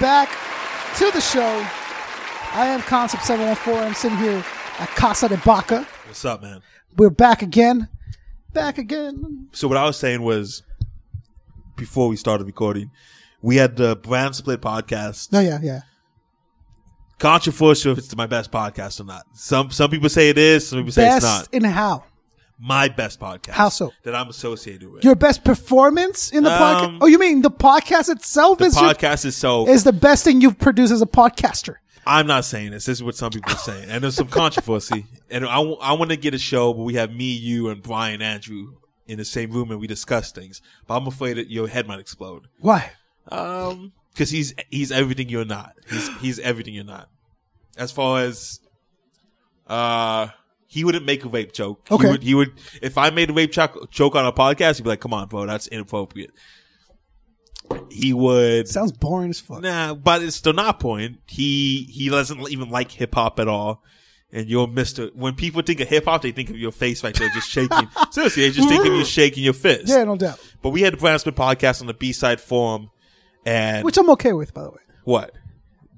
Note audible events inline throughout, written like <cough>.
back to the show. I am Concept 714. I'm sitting here at Casa de Baca. What's up, man? We're back again. Back again. So what I was saying was, before we started recording, we had the brand split podcast. No, yeah, yeah. Controversial if it's my best podcast or not. Some some people say it is. Some people say it's not. Best in how? My best podcast. How so? That I'm associated with. Your best performance in the Um, podcast? Oh, you mean the podcast itself the is, your- podcast is so. is the best thing you've produced as a podcaster? I'm not saying this. This is what some people are saying, and there's <laughs> some controversy. And I, w- I want to get a show where we have me, you, and Brian Andrew in the same room and we discuss things. But I'm afraid that your head might explode. Why? Um, because he's he's everything you're not. He's he's everything you're not. As far as uh, he wouldn't make a rape joke. Okay. he would, he would if I made a rape joke joke on a podcast, he'd be like, "Come on, bro, that's inappropriate." He would. Sounds boring as fuck. Nah, but it's still not point. He he doesn't even like hip hop at all. And you're Mister. When people think of hip hop, they think of your face right there, <laughs> just shaking. Seriously, they just think of you shaking your fist. Yeah, no doubt. But we had the Brown Smith podcast on the B side forum, and Which I'm okay with, by the way. what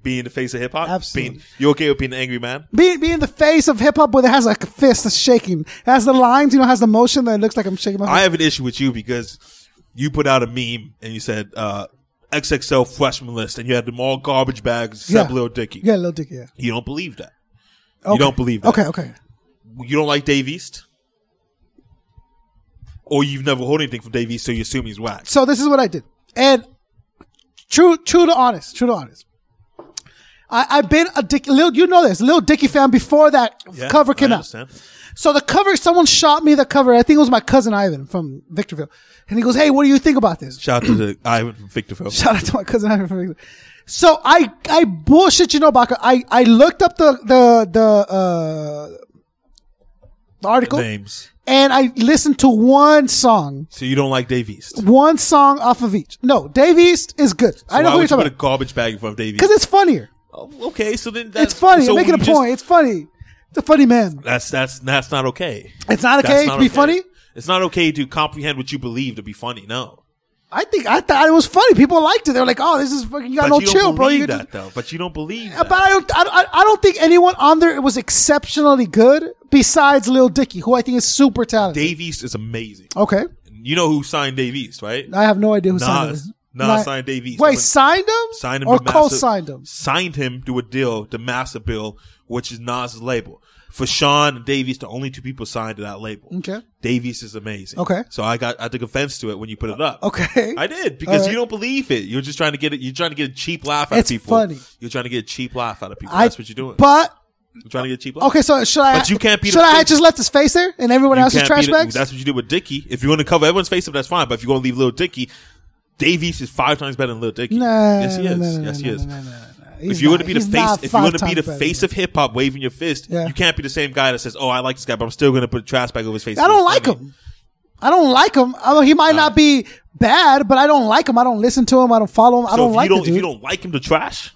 being the face of hip hop? Absolutely. Being, you okay with being an angry man? Being, being the face of hip hop, but it has like a fist that's shaking. It has the lines, you know, has the motion that it looks like I'm shaking my I have an issue with you because you put out a meme and you said uh, XXL freshman list, and you had them all garbage bags except Yeah. Lil Dicky. Yeah, little dick, yeah. You don't believe that. Okay. don't believe that. Okay, okay. you don't like Dave East, or you've never heard anything from Dave East, so you assume he's whack. So this is what I did. And true, true to honest, true to honest. I, I've been a Dick, Lil, you know this, Lil Dicky fan before that Yeah, cover I came out. understand. So the cover, someone shot me the cover. I think it was my cousin Ivan from Victorville. And he goes, Hey, what do you think about this? <laughs> Shout out to the Ivan from Victorville. Shout out to my cousin Ivan from Victorville. So I, I bullshit you know, Baka. I, I looked up the, the, the, uh, the article Names. and I listened to one song, So you don't like Dave East. one song off of each. No, Dave East is good. I know who Why you're would you talking put a about. garbage bag in front of Dave East? Cause it's funnier. Oh, okay, so then that's, It's funny. So I'm making a you just- point. It's funny. It's a funny man. That's that's that's not okay. It's not That's okay to be funny. It's not okay to comprehend what you believe to be funny. No, I think I thought it was funny. People liked it. They were like, "Oh, this is fucking you got but no you don't chill, believe bro." You that just- though. But you don't believe. but that. I don't. I, don't- I don't think anyone on there was exceptionally good besides Lil Dicky, who I think is super talented. Dave East is amazing. okay, You know who signed Dave East, right? I have no idea who signed Nas. him. Nas Nah. signed Dave East. Wait, When- signed him? signed him or to massive- co-signed him? Signed him to a deal, the massive bill, which is Nas' label. For Sean and Davies, the only two people signed to that label. Okay. Davies is amazing. Okay. So I got I took offense to it when you put it up. Okay. I did because Alright. you don't believe it. You're just trying to get it. You're trying to get a cheap laugh out It's of people. funny. You're trying to get a cheap laugh out of people. I- That's what you're doing. But you're trying to get a cheap laugh. okay, so should I? But you can't be the Should I face- just left his face there and everyone You else's can't trash beat it. bags? That's what you do with Dicky. If you want to cover everyone's face up, that's fine. But if you're going to leave Lil Dicky, Davies is five times better than Lil Dicky. Nah, yes, he nah, is. nah, nah, yes, nah, he is. nah, nah, nah, nah. if He's you not- want to be the he's not face, if you want to five be the times better face than of hip hop, waving your fist, Yeah. you can't be the same guy that says, "Oh, I like this guy, but I'm still going to put a trash bag over his face." that. I don't It's like funny. him. I don't like him. I mean, he might not be bad, but I don't like him. I don't listen to him. I don't follow him. I So don't if like you the don't, if dude. you don't like him to trash,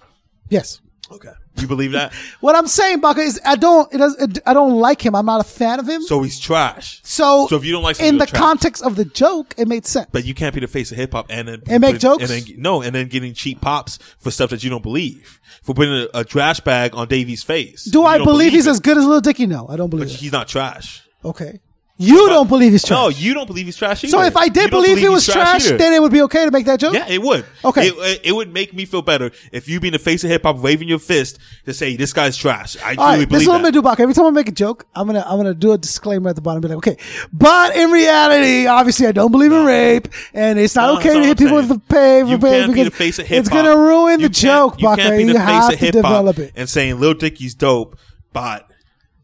yes. okay, you <laughs> believe that? What I'm saying, Baka, is I don't. It does. It, I don't like him. I'm not a fan of him. So, so he's trash. so, so if you don't like in something, you're the trash. context of the joke, it made sense. But you can't be the face of hip hop and then And make jokes? and then, no, and then getting cheap pops for stuff that you don't believe for putting a, a trash bag on Davy's face. Do You I don't believe, he's it, as good as Lil Dicky? No, I don't but believe. it. He's not trash. okay, you don't believe he's trash. No, you don't believe he's trash. Either. so if I You did don't believe, he he's was trash, either. then it would be okay to make that joke. Yeah, it would. Okay. It, it would make me feel better if you being the face of hip hop, waving your fist to say this guy's trash. All I truly right, this is believe what I'm that. gonna do, Baka. Every time I make a joke, I'm gonna I'm gonna do a disclaimer at the bottom, be like, okay, but in reality, obviously, I don't believe in rape, and it's not No, okay that's to all hit people I'm with the pave, You pave can't be because the face of hip hop. it's gonna ruin the joke, You can't Baka. be You, the face have of to hip hop develop it. and saying Lil Dicky's dope, but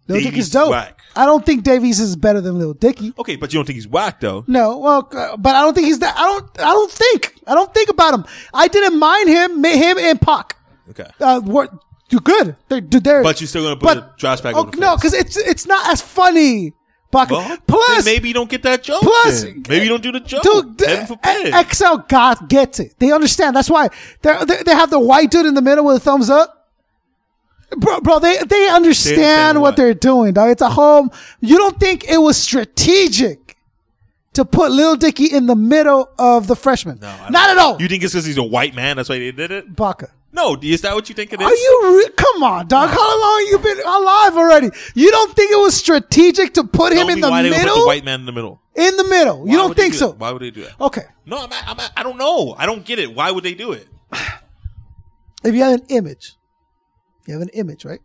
Lil Davies Dicky's dope. Whack. I don't think Davies is better than Lil Dicky. Okay, but you don't think he's whack though. No, well, uh, but I don't think he's that. I don't. I don't think. I don't think about him. I didn't mind him, mi- him and Pac. Okay. Uh, what? You're good. They're, they're But you're still gonna put the trash bag Oh, on the no, face. because it's it's not as funny. Baka. Well, Plus, then maybe you don't get that joke. Plus- then. maybe you don't do the joke. Dude, eh, the- Heaven forbid. A- XL God gets it. They understand. That's why they're, they they have the white dude in the middle with a thumbs up. Bro, bro, they they understand, what, what? they're doing. Dog. It's a home. You don't think it was strategic to put Lil Dicky in the middle of the freshman? No, I don't- not at all. You think it's because he's a white man? That's why they did it. Baca. No, is that what you think it is? Are you re- come on, dog? How long you been alive already? You don't think it was strategic to put Tell him in me the why They would put the middle? white man in the middle. in the middle. Why you don't would they think do so? that? Why would they do that? Okay. No, I'm, I'm, I don't know. I don't get it. Why would they do it? If you have an image, you have an image, right?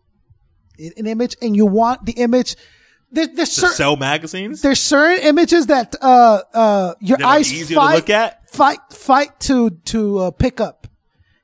An an image, and you want the image. There, there's To certain sell magazines? there's certain images that uh uh your That are eyes easier to fight look at? fight fight to to uh, pick up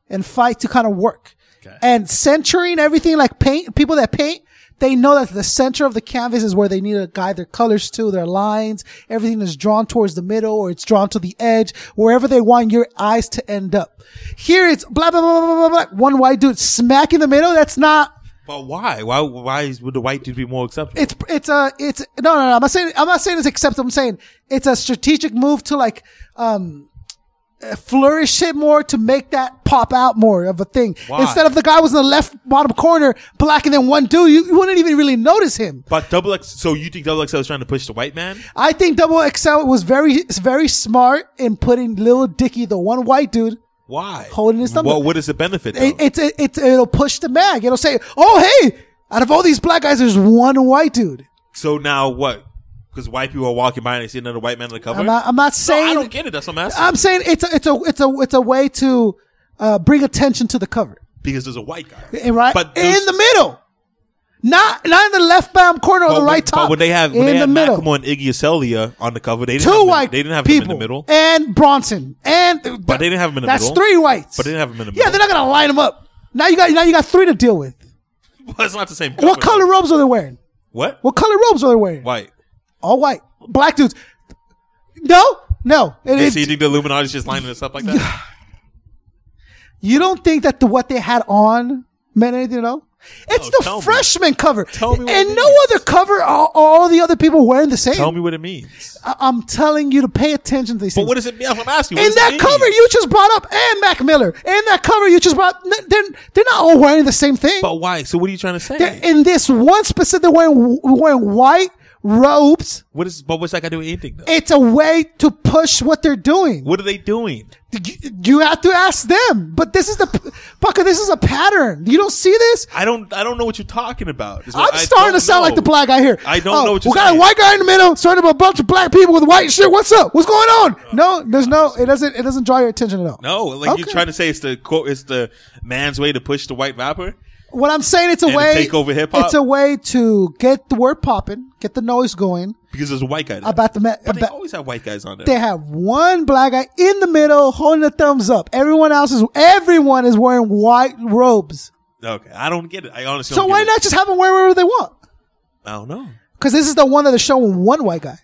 and fight to kind of work Okay. and centering everything like paint people that paint they know that the center of the canvas is where they need to guide their colors to their lines everything is drawn towards the middle or it's drawn to the edge wherever they want your eyes to end up here it's blah blah blah blah blah blah, blah. one white dude smack in the middle that's not But why? Why? Why is- would the white dude be more acceptable? it's it's a it's no no no. I'm not saying I'm not saying it's acceptable. I'm saying it's a strategic move to like um uh, flourish it more to make that pop out more of a thing. Why? Instead of the guy was in the left bottom corner blacking then one dude, you, you wouldn't even really notice him. But double X. So you think double XL is trying to push the white man? I think Double XL was very very smart in putting Little Dicky, the one white dude. Why? Holding his thumb What, up. what is the benefit? Though? It, it's it, it's it'll push the mag. It'll say, "Oh hey, out of all these black guys, there's one white dude." so now what? Because white people are walking by and they see another white man on the cover. I'm not, I'm not no, saying I don't get it. That's what I'm asking. I'm saying it's a it's a it's a it's a way to uh, bring attention to the cover, because there's a white guy, and right But in those- the middle, not not in the left bottom corner or but the when- right top. But when they have in when they the had middle, Macklemore and Iggy Azalea on the cover, they didn't have two them- white They didn't have people him in the middle. and Bronson and But they didn't have him in the that's middle. three whites. But they didn't have him in the yeah, middle. they're not gonna line them up. Now you got now you got three to deal with. Well, it's not the same. What cover, color robes are they wearing? though. What? What color robes are they wearing? White. All white, black dudes. No, no. It- Yeah, it- so you think the Illuminati's just lining us up like that? You don't think that the what they had on meant anything at all? It's No, the tell me. freshman cover. Tell me what and it no is. other cover are all the other people wearing the same. Tell me what it means. I- I'm telling you to pay attention to these But things. what does it mean? I'm asking. what in does it that mean? cover you just brought up, and Mac Miller, in that cover you just brought, n- they're, they're not all wearing the same thing. But why? So what are you trying to say? they're in this one specific, they're wearing, wearing white robes. what is? But what's that got to do with anything? Though? It's a way to push what they're doing. What are they doing? You, you have to ask them. But this is the, p- Bucka, this is a pattern. You don't see this? I don't. I don't know what you're talking about. is what I'm I starting don't to sound like know. the black guy here. Oh, I don't know what We you're got a saying. white guy in the middle, surrounded by a bunch of black people with white shit. What's up? What's going on? No, there's no. It doesn't. It doesn't draw your attention at all. Uh, No, like you're Okay. trying to say it's the quote. It's the man's way to push the white rapper. What I'm saying, it's a And to way take over hip-hop? It's a way to get the word popping, get the noise going because there's a white guy. There. about the. Ma- but they about- always have white guys on there. they have one black guy in the middle holding a thumbs up. Everyone else is everyone is wearing white robes. Okay, I don't get it. I honestly. So don't why get it. not just have them wear whatever they want? I don't know. Because this is the one that is showing one white guy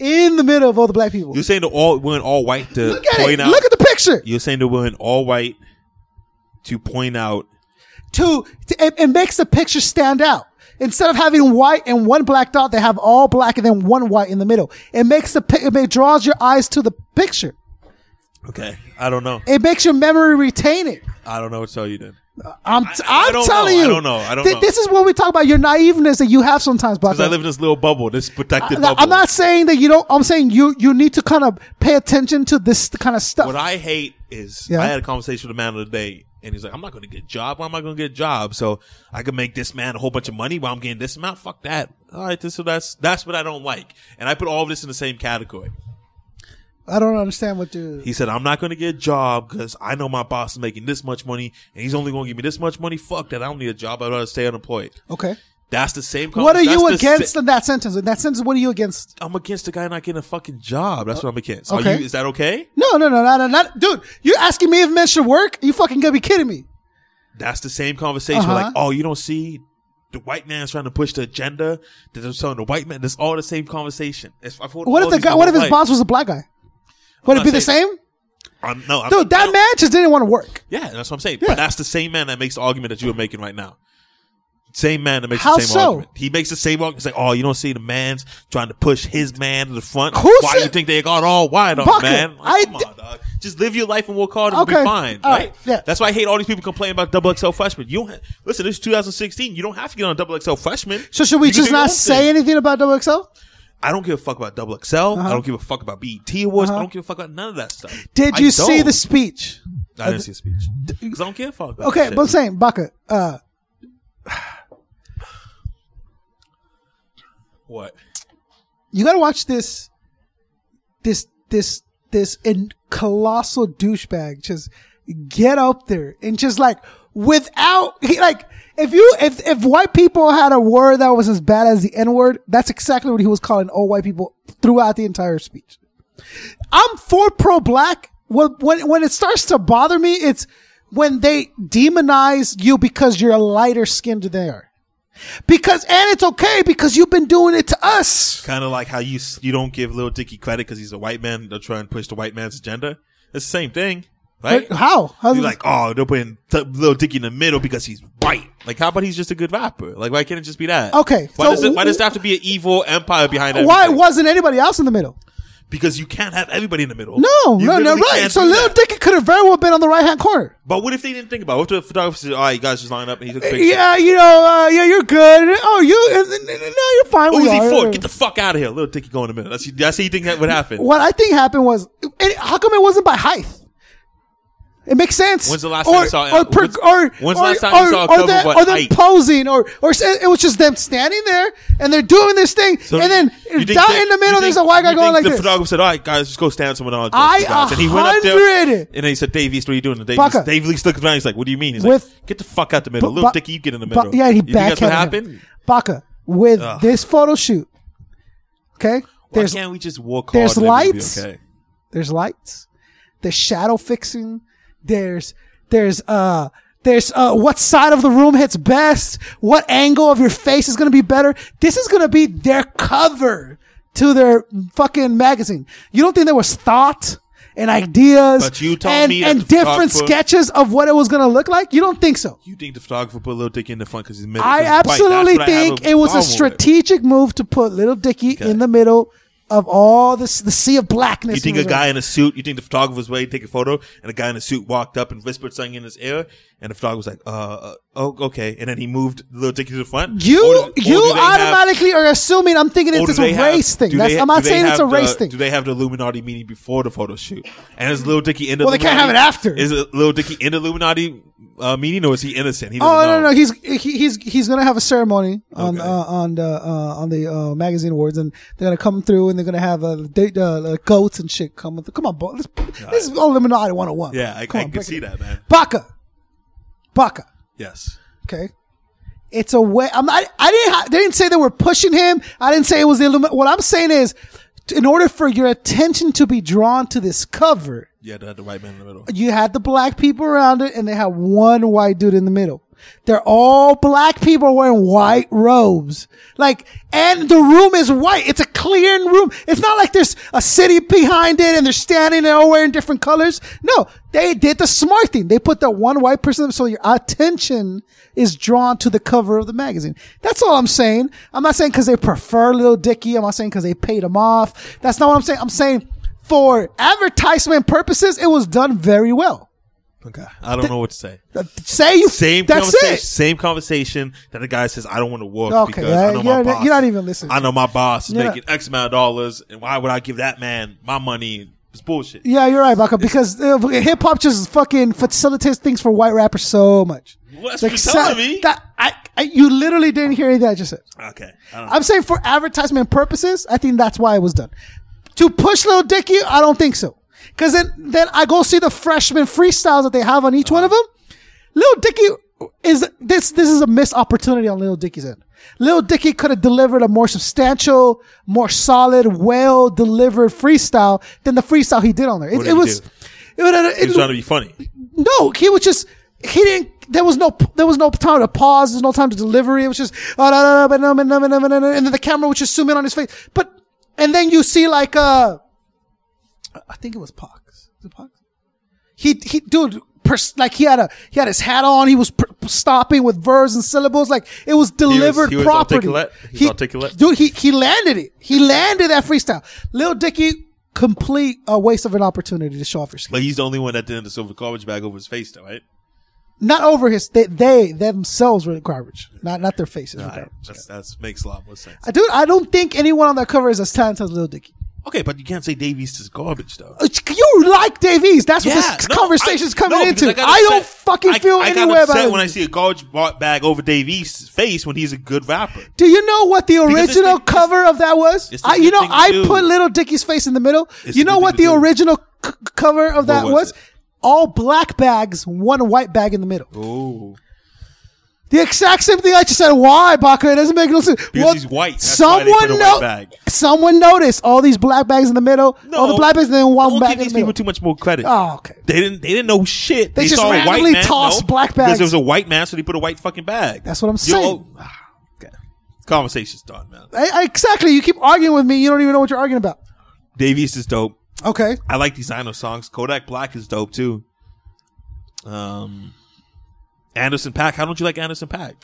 in the middle of all the black people. You're saying the all wearing all white to Look at point it. out. Look at the picture. you're saying they're wearing all white to point out. to, to it, it makes the picture stand out. Instead of having white and one black dot, they have all black and then one white in the middle. It makes the pi- it may- draws your eyes to the picture. Okay, I don't know. It makes your memory retain it. I don't know what to tell you then. I'm I am don't telling know. I you. don't know. I don't Th- know. This is what we talk about your naiveness that you have sometimes, Black. Because I live in this little bubble, this protected bubble. I'm not saying that you don't. I'm saying you you need to kind of pay attention to this kind of stuff. What I hate is Yeah. I had a conversation with a man of the day, and he's like, "I'm not going to get a job. Why am I going to get a job? So I can make this man a whole bunch of money while I'm getting this amount. Fuck that. All right, this, so that's that's what I don't like, and I put all of this in the same category. I don't understand what you. He said, "I'm not going to get a job because I know my boss is making this much money, and he's only going to give me this much money. Fuck that. I don't need a job. I'd rather stay unemployed." Okay. That's the same. What are that's you the sa- against in that sentence? In that sentence, what are you against? I'm against the guy not getting a fucking job. That's what I'm against. Are okay. you? Is that okay? No, no, no, no, no, not, dude. You're asking me if men should work? You fucking gotta be kidding me. that's the same conversation. Uh-huh. Like, oh, you don't see the white man's trying to push the agenda. That they're telling the white man. That's all the same conversation. It's, I've heard What all if the these guy? my What if whole his life. boss was a black guy? Would it not be the same? saying- I'm, no, I'm, Dude, I that don't- man just didn't want to work. Yeah, that's what I'm saying. Yeah. But that's the same man that makes the argument that you were making right now. Same man that makes How the same so? argument. He makes the same argument. He's like, oh, you don't see the man's trying to push his man to the front. Who Why said- you think they got all wide on, Bucket, man? I Like, come d- on, dog. Just live your life and work hard and Okay, we'll be fine. all right? right, yeah. That's why I hate all these people complaining about double XL freshmen. You don't ha- listen, this is 2016. You don't have to get on double XL freshman. So should we You can just do your not own say thing. anything about double XL? I don't give a fuck about Double XL. Uh-huh. I don't give a fuck about BET awards. I don't give a fuck about none of that stuff. Did I you see don't. the speech? I didn't see a speech because I don't care. Fuck. About Okay, that but shit. same, Baka. Uh, what? you gotta watch this, this, this, this in colossal douchebag just get up there and just like without he like if you if if white people had a word that was as bad as the n word, that's exactly what he was calling all white people throughout the entire speech. I'm for pro black. When, when when it starts to bother me, it's when they demonize you because you're lighter skinned than they are. Because and it's okay because you've been doing it to us. Kind of like how you s- you don't give Lil Dicky credit because he's a white man. They're trying to push the white man's agenda. It's the same thing, right? But how? How's You're it- like, oh, they're putting t- Lil Dicky in the middle because he's white. Like, how about he's just a good rapper? Like, why can't it just be that? Okay, Why so does it? Why w- does there have to be an evil empire behind that? why wasn't anybody else in the middle? Because you can't have everybody in the middle. No, You no, no, literally right. can't So do Lil that. Dicky could have very well been on the right hand corner. But what if they didn't think about? it? What if the photographer said, "All right, you guys just line up and he took a picture." Yeah, you know, uh, yeah, you're good. Oh, you, uh, no, you're fine. We Uzi are. Ford, get the fuck out of here. Little Dicky go in the middle. That's that's how you think that would happen. What I think happened was, and how come it wasn't by height? It makes sense. When's the last time you saw- Or, per- when's- or, when's the or, last time you or- saw a or cover them- by or them height? posing, or or s- it was just them standing there and they're doing this thing, So and then you think down that- in the you middle, think- there's a white guy you going think like the this. photographer said, "All right, guys, just go stand somewhere and I i guys." And he went up there hundred. and he said, "Dave East, what are you doing?" And Dave, Fucker. East, Dave East looked around. He's like, "What do you mean?" He's With- like, "Get the fuck out the middle, Ba- little Ba- Dicky. You get in the Ba- middle." yeah, he you think that's what backhanded happened? him. Baka with Ugh. this photo shoot. Okay, Why there's can't we just walk? hard there's and everything lights. Be okay? there's lights, there's shadow fixing, there's there's uh there's uh what side of the room hits best, what angle of your face is gonna be better. This is gonna be their cover to their fucking magazine. You don't think there was thought? And ideas But you told and, me that and the different photographer- sketches of what it was going to look like. You don't think so? You think the photographer put Little Dicky in the front because he's middle? I 'cause he's white. That's absolutely what I have think it was a problem with. strategic move to put Little Dicky in the middle of all this the sea of blackness. You think he a was guy in a suit? You think the photographer was waiting to take a photo, and a guy in a suit walked up and whispered something in his ear, and the photographer was like, "Uh, uh oh, okay," and then he moved Little Dicky to the front. in. You Or do- or you do they have- automatically are assuming I'm thinking or it's do it's a they have- race thing. do That's, they- I'm not do they saying it's a have race the- thing. Do they have the Illuminati meeting before the photo shoot? And is Lil Dicky in the Well, they can't have it Illuminati- after. Is it Lil Dicky in the Illuminati uh, meeting or is he innocent? He doesn't Oh no know. no he's he, he's he's gonna have a ceremony on Okay. uh, on the uh, on the uh, magazine awards and they're gonna come through and they're gonna have uh, they, uh, like goats and shit come with come on boy, let's, this is all Illuminati 101 Yeah, I, I Come on, can break it see down. that, man. Baka Baka Yes. Okay. It's a way. I'm not, I didn't, ha- they didn't say they were pushing him. I didn't say it was the Illuminati. What I'm saying is, in order for your attention to be drawn to this cover, Yeah, they had the white man in the middle. you had the black people around it and they had one white dude in the middle. They're all black people wearing white robes. Like, and the room is white. It's a clear room. It's not like there's a city behind it and they're standing there all wearing different colors. No, they did the smart thing. They put that one white person so your attention is drawn to the cover of the magazine. That's all I'm saying. I'm not saying because they prefer Lil Dicky. I'm not saying because they paid him off. That's not what I'm saying. I'm saying for advertisement purposes, it was done very well. Uh, Okay. I don't know what to say. Say you Same That's conversation. it. Same conversation that the guy says, "I don't want to work Okay, because yeah, I know my you're- boss. you're not even listening I know my boss is You're not- making X amount of dollars, and why would I give that man my money? It's bullshit. Yeah, you're right, Baka. Because uh, hip hop just fucking facilitates things for white rappers so much. Well, that's what you're telling me. That, I, I, you literally didn't hear anything I just said. Okay. I don't know. I'm saying for advertisement purposes, I think that's why it was done. To push Lil Dicky, I don't think so. Because then, then I go see the freshman freestyles that they have on each one of Uh-huh. them. Lil Dicky is this. This is a missed opportunity on Lil Dicky's end. Lil Dicky could have delivered a more substantial, more solid, well delivered freestyle than the freestyle he did on there. It, What did it he was. do? It, was- He was trying to be funny. no, he was just he didn't. There was no there was no time to pause. There was no time to delivery. It was just oh, no, no, no, no, no, no, no, no, no, no, and then the camera would just zoom in on his face. But and then you see like uh, I think it was Pox. Is it Pox? He he, dude. Pers- like he had a he had his hat on. He was pr- stopping with verbs and syllables. Like it was delivered he was properly. articulate. He was articulate. dude. He he landed it. He landed that freestyle. Lil Dicky, complete a waste of an opportunity to show off your skill. Like he's the only one that didn't have the silver garbage bag over his face, though, right? Not over his. They, they themselves were garbage. Not not their faces. were That garbage. that's, that's makes a lot more sense. Uh, Dude, I don't think anyone on that cover is as talented as Lil Dicky. Okay, but you can't say Dave East is garbage though. Uh, You like Dave East. That's what Yeah, this no, conversation's I- coming no, because into. I, got don't upset- fucking I- feel I got anywhere upset about when I it. see a garbage ba- bag over Dave East's face when he's a good rapper. Do you know what the Because it's original the- it's- cover of that was? it's the I, you good know, thing to I do. put Little Dicky's face in the middle. It's you the know good what thing the to do. original c- cover of that was was? it? All black bags, one white bag in the middle. Oh, The exact same thing I just said. Why, Baka? It doesn't make no sense. Because he's white. That's why they put a white no- bag. Someone noticed all these black bags in the middle. all the black bags and then one don't bag give in these the middle. people too much more credit. oh, okay. They didn't. They didn't know shit. They just saw a randomly white man, tossed no, black because bags. it was a white man, so they put a white fucking bag. That's what I'm Yo, saying. oh, ah, okay. Conversation's done, man. I, I- exactly. You keep arguing with me. You don't even know what you're arguing about. Dave East is dope. Okay. I like these Dino songs. Kodak Black is dope too. Um, Anderson Pack. How don't you like Anderson Pack?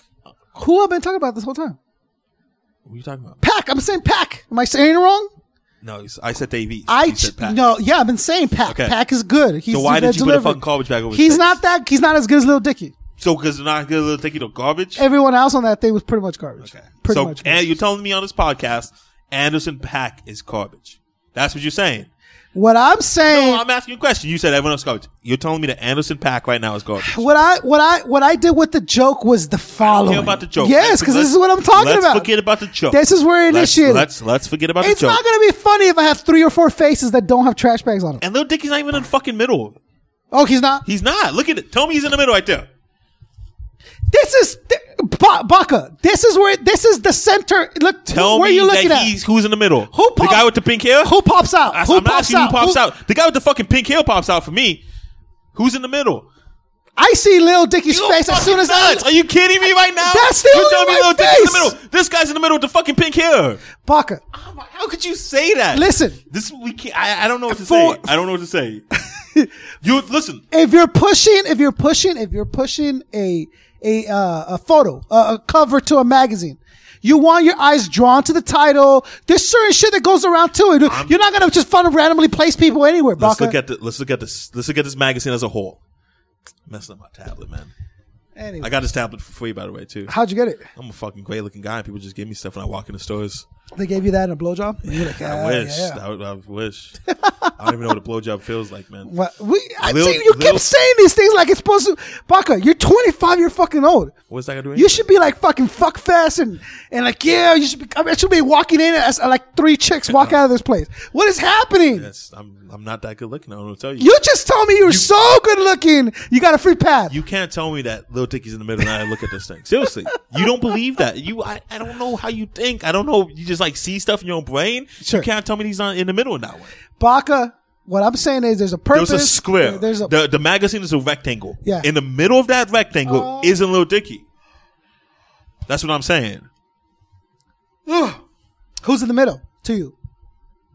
Who I've been talking about this whole time? What are you talking about? Pack. I'm saying pack. Am I saying it wrong? No, you s- I said Dave East. I You said Pac. no. Yeah, I've been saying pack. Okay. Pack is good. He's So why did you put a delivered. fucking garbage bag over? his He's face? not that. He's not as good as Little Dicky. So because they're not gonna take you to garbage. Everyone else on that thing was pretty much garbage. Okay. Eh, Pretty so, much. and garbage. you're telling me on this podcast, Anderson Pack is garbage. That's what you're saying. what I'm saying. No, I'm asking you a question. You said everyone else is garbage. You're telling me that Anderson Pack right now is garbage. What I what I what I did with the joke was the following. Forget about the joke. Yes, because this is what I'm talking let's about. Let's forget about the joke. This is where it let's, initiated. Let's let's forget about it's the joke. not going to be funny if I have three or four faces that don't have trash bags on them. and Lil Dicky's not even in the fucking middle. Oh, he's not. He's not. Look at it. Tell me he's in the middle right there. This is th- Ba- Baka. This is where this is the center. Look, Tell where me you looking that at? he's who's in the middle. Who the pops- guy with the pink hair? Who pops out? I, who, I'm pops asking you out? who pops Who- out. The guy with the fucking pink hair pops out for me. Who's in the middle? I see Lil Dicky's You face as fucking soon as nuts. I Are you kidding me right now? That's the only telling me white Lil Dicky's in face. Oh the middle. This guy's in the middle with the fucking pink hair. Baka. How could you say that? Listen. this we can't. I, I don't know what to For- say. I don't know what <laughs> to say. you listen. If you're pushing, if you're pushing, if you're pushing a a uh, a photo, a, a cover to a magazine. You want your eyes drawn to the title. There's certain shit that goes around to it. You're not gonna just fun randomly place people anywhere, Let's Baka. look at the. Let's look at this. Let's look at this magazine as a whole. messing up my tablet, man. anyway, I got this tablet for free, by the way, too. how'd you get it? I'm a fucking great looking guy. People just give me stuff when I walk in the stores. They gave you that in a blowjob. You're like, I "Ah, wish. yeah, yeah." I, would- I <laughs> wish. I don't even know what a blowjob feels like, man. What we? I Lil- see you Lil- keep saying these things like it's supposed to. Baka, you're 25. You're fucking old. What's that got to do? with You anything? should be like fucking fuck fast and and like yeah. You should be. I, mean, I should be walking in as like three chicks walk out of this place. What is happening? That's, I'm. I'm not that good looking. I don't know what to tell you. You just told me you were so good looking. You got a free pass. You can't tell me that Lil Dicky's in the middle and I look at this thing. Seriously. You don't believe that. You I, I don't know how you think. I don't know. You just like see stuff in your own brain. Sure. You can't tell me he's not in the middle in that one. Baka. What I'm saying is there's a purpose. There's a square. There's a the the magazine is a rectangle. Yeah. Oh. In the middle of that rectangle isn't Lil Dicky. That's what I'm saying. who's in the middle to you.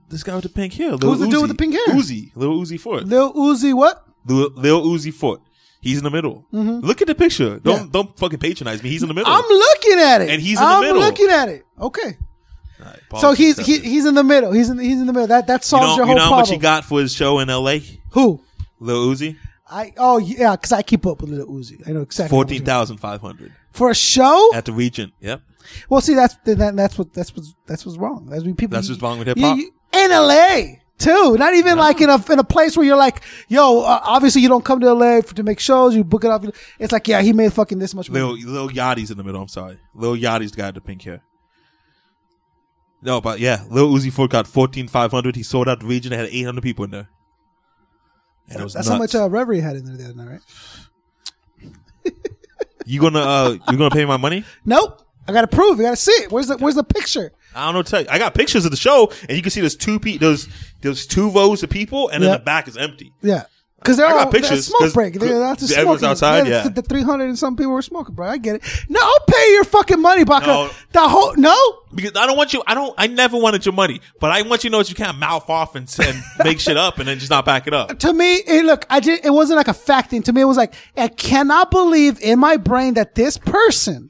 This guy with the pink hair. Lil Who's the dude Uzi. with the pink hair? Uzi. Lil Uzi Fort. Lil Uzi, what? Lil, Lil Uzi Fort. He's in the middle. Look at the picture. Don't don't fucking patronize me. He's in the middle. Mm-hmm. I'm looking at it, And he's in the I'm middle. Oh, looking at it. Okay, All right, so politics he's he, accepted. he's in the middle. He's in he's in the middle. That that you solves know, your you whole know how problem. much he got for his show in L.A. Who? Lil Uzi, I oh yeah, because I keep up with Little Uzi. I know exactly how much fourteen it- thousand five hundred for a show. at the Regent. Yep, Well, see, that's then that, that's what that's what's that's what's wrong. That's what people. That's what's wrong with you- hip-hop. you- in L.A. too. Not even like in a in a place where you're like, yo, uh, obviously you don't come to L.A. For, to make shows. You book it off. It's like, yeah, he made fucking this much money. Lil Lil Yachty's in the middle. I'm sorry, Lil Yachty's the guy with the pink hair. No, but yeah, Lil Uzi Fort got fourteen five hundred. He sold out the Regent. It had eight hundred people in there. And it was that's nuts. how much uh, Reverie had in there the other night, right? you gonna uh, you gonna pay my money? Nope. I gotta prove. You gotta see it. Where's the Where's the picture? I don't know. What to tell you, I got pictures of the show, and you can see there's two pe- there's there's two rows of people, and then Yep. the back is empty. Yeah, because they're I got all they're pictures, smoke 'cause break. They're gl- out to everyone's smoking. outside, yeah. the, three hundred and some people were smoking, bro. I get it. No, I'll pay your fucking money, Baka. No. The whole no. Because I don't want you. I don't. I never wanted your money, but I want you to know that you can't mouth off and, <laughs> and make shit up and then just not back it up. to me, it, look, I did. It wasn't like a fact thing. To me, it was like I cannot believe in my brain that this person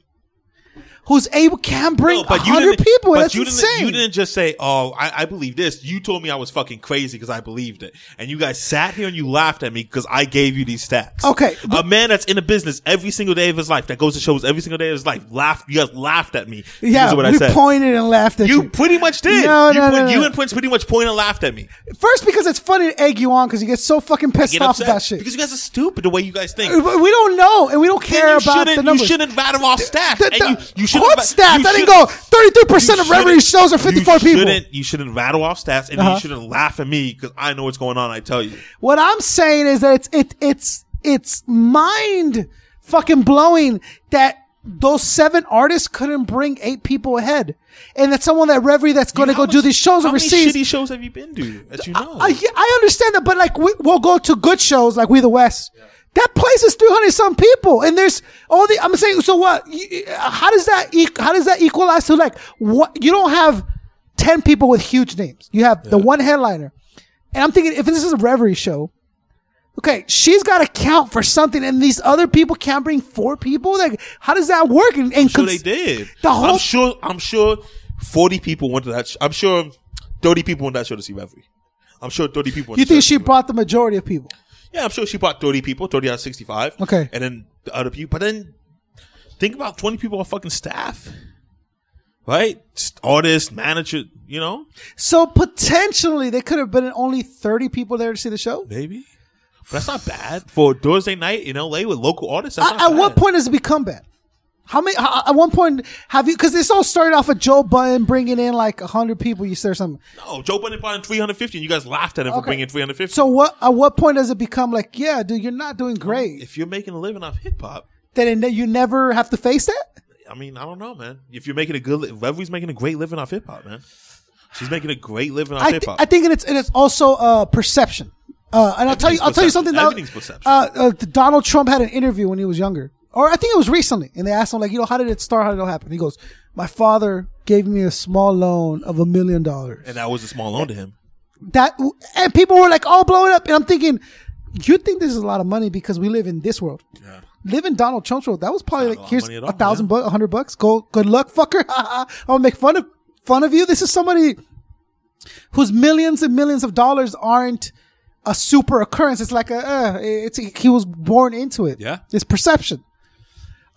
who's able can bring No, but you hundred didn't- people. but That's you insane. Didn't, you didn't just say, "Oh, I, I believe this." You told me I was fucking crazy because I believed it, and you guys sat here and you laughed at me because I gave you these stats. Okay, a man that's in the business every single day of his life, that goes to shows every single day of his life, laughed. You guys laughed at me. yeah, because of what we I said. pointed and laughed at you. you pretty much did. No, you, no, put- no, no. you and Prince pretty much pointed and laughed at me. First, because it's funny to egg you on because you get so fucking pissed Get off upset about shit. because you guys are stupid the way you guys think. we we don't know and we don't Then care you about the shouldn't, numbers. You shouldn't rattle off stats. The- the- and you, you shouldn't what ra- stats? you I didn't shouldn't- go. Thirty-three percent of You shouldn't- revenue shows are fifty-four you people. shouldn't- You shouldn't rattle off stats, and Uh-huh. you shouldn't laugh at me because I know what's going on. I tell you, What I'm saying is that it's it it's it's mind fucking blowing that those seven artists couldn't bring eight people ahead, and that someone that Reverie that's going to How go do much- these shows how overseas. Many shitty shows have you been to that you know? I, yeah, I understand that, but like we, we'll go to good shows like We the West. That place is three hundred some people, and there's all the. I'm saying, so what? You- uh, How does that? e- How does that equalize to like what? You don't have ten people with huge names. You have the one headliner, and I'm thinking if this is a Reverie show, okay, she's got to count for something, and these other people can't bring four people. Like, how does that work? And, and sure cons- they did. The whole- I'm sure. I'm sure. Forty people went to that. Sh- I'm sure. Thirty people went to that show to see Reverie. I'm sure thirty people. went you to think show she to see Reverie. brought the majority of people? Yeah, I'm sure she brought thirty people. Thirty out of sixty-five. Okay. and then the other people. But then think about twenty people on fucking staff, right? Artist, manager. You know, So potentially, there could have been only thirty people there to see the show. Maybe. But that's not bad for a Thursday night in LA with local artists. That's at, not at what bad. point does it become bad? How many? How, at one point, have you? Because this all started off with Joe Budden bringing in like hundred people. You said or something. No, Joe Budden brought in 350, and you guys laughed at him for Okay. bringing 350. So what? At what point does it become like, yeah, dude, you're not doing great? if you're making a living off hip hop, then it- you never have to face that. I mean, I don't know, man. If you're making a good, li- Reverie's making a great living off hip hop, man. She's making a great living off I, hip thi- hop. I think it's and it's also uh, perception. Uh, and I'll tell you, I'll tell you Everything's something. perception. That, Everything's perception. Uh, uh, Donald Trump had an interview when he was younger, or I think it was recently, and they asked him like, you know, how did it start? How did it all happen? He goes, my father gave me a small loan of a million dollars. and that was a small loan to him. that and people were like oh blow it up and i'm thinking you think this is a lot of money because we live in this world Yeah. live in donald trump's world that was probably like lot of here's money at a all, thousand yeah. bucks a hundred bucks go good luck fucker <laughs> i'm gonna make fun of fun of you this is somebody whose millions and millions of dollars aren't a super occurrence it's like a uh, it's he was born into it Yeah. it's perception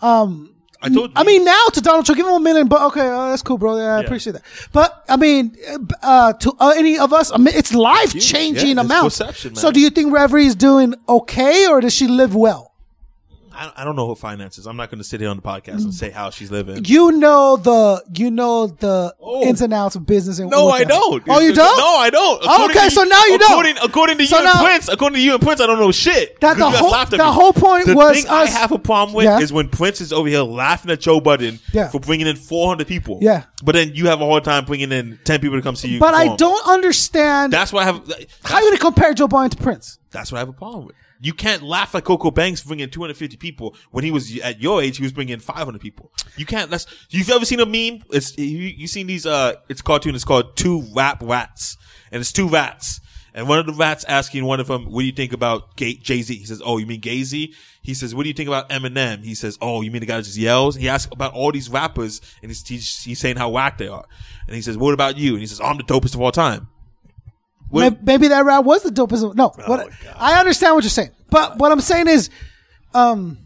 I told. I you- mean, now to Donald Trump, give him a million, but okay, uh, that's cool, bro. Yeah, I appreciate that. But I mean, uh, b- uh, to uh, any of us, I mean, it's life changing Yeah, it's amounts. perception, man. So, do you think Reverie's doing okay, or does she live well? I, I don't know her finances. I'm not going to sit here on the podcast and say how she's living. You know the you know the Oh. ins and outs of business. And No, what I goes don't. down. Oh, you don't? No, I don't. okay, to so now you don't. according, According to So you now- and Prince, according to you and Prince, I don't know shit. That the You guys whole- laughed at the me. whole point the was thing us- I have a problem with Yeah. is when Prince is over here laughing at Joe Budden Yeah. for bringing in 400 people. Yeah. But then you have a hard time bringing in 10 people to come see you. But I perform. don't understand That's why I have. how you gonna compare Joe Biden to Prince. That's what I have a problem with. You can't laugh at Coco Banks bringing 250 people when he was at your age. He was bringing 500 people. You can't. That's you've ever seen a meme. It's you, you seen these. Uh, it's a cartoon. It's called Two Rap Rats, and it's two rats. And one of the rats asking one of them, "What do you think about Jay Z?" He says, "Oh, you mean Jay Z?" He says, "What do you think about Eminem?" He says, "Oh, you mean the guy that just yells?" He asks about all these rappers, and he's, he's he's saying how whack they are. And he says, "What about you?" And he says, "I'm the dopest of all time." What- Oh, Maybe, maybe that route was the dopest. No, what, God. I understand what you're saying, but what I'm saying is, um,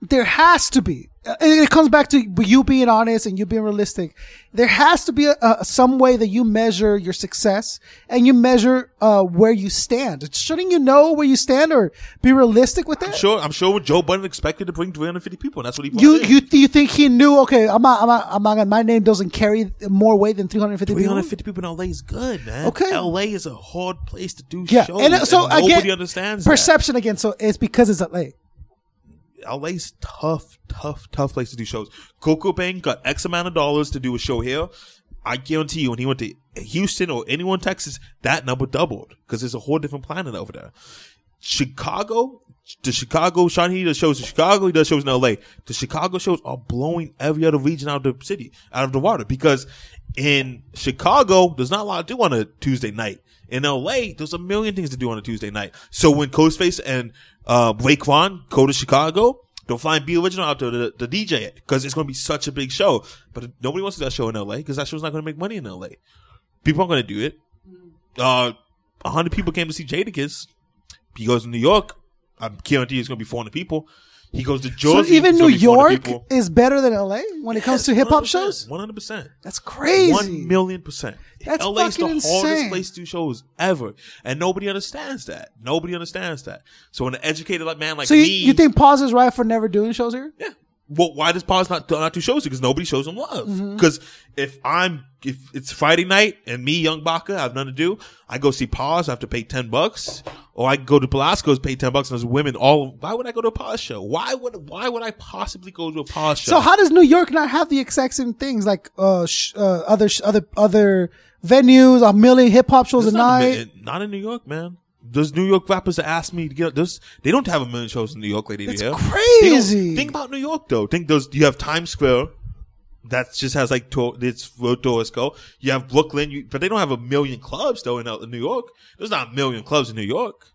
there has to be. uh, It it comes back to you being honest and you being realistic. There has to be a, a, some way that you measure your success and you measure uh, where you stand. Shouldn't you know where you stand or be realistic with that? sure, I'm sure Joe Budden expected to bring 350 people, and that's what he You brought in. you you think he knew? Okay, I'm not, I'm not, I'm not gonna, my name doesn't carry more weight than 350. people? 350 people in LA is good, man. Okay. LA is a hard place to do Yeah, shows. and uh, so again, nobody understands perception again. So it's because it's LA. that. LA's tough, tough, tough place to do shows. Coco Bang got X amount of dollars to do a show here. I guarantee you, when he went to Houston or anyone in Texas, that number doubled because there's a whole different planet over there. Chicago, the Chicago, Sean He does shows in Chicago, he does shows in LA. The Chicago shows are blowing every other region out of the city, out of the water, because in Chicago, there's not a lot to do on a Tuesday night. In LA, there's a million things to do on a Tuesday night. So when Ghostface and uh, Raekwon go to Chicago, Don't fly and be original out to the, the DJ it because it's going to be such a big show. But nobody wants to do that show in LA because that show's not going to make money in LA. People aren't going to do it. Uh, 100 people came to see Jadakiss. He goes to New York. I'm guaranteed it's going to be 400 people. He goes to So Jersey. even it's New gonna be 400 York people. is better than LA when it comes to hip hop 100%, shows. 100%. That's crazy. One million percent. That's LA's the fucking hardest insane. place to do shows ever, and nobody understands that. Nobody understands that. So an educated like man like so you, me, you think Pause is right for never doing shows here? yeah. Well, why does Paul's not not do shows? Because nobody shows him love. Because if I'm if it's Friday night and me Young Baka I have nothing to do, I go see Paul's. I have to pay ten bucks, or I go to Belasco's, pay ten bucks, and there's women all. Why would I go to a Paul's show? Why would why would I possibly go to a Paul's show? So how does New York not have the exact same things like uh, sh- uh other sh- other other venues, a million hip hop shows a It's not night? million- not in New York, man. Those New York rappers that asked me to get those, they don't have a million shows in New York, lady. That's Hill. They don't- crazy. Think about New York though. Think those. You have Times Square, that just has like tour, it's where tourists go. You have Brooklyn, you, but they don't have a million clubs though in, uh, in New York. There's not a million clubs in New York.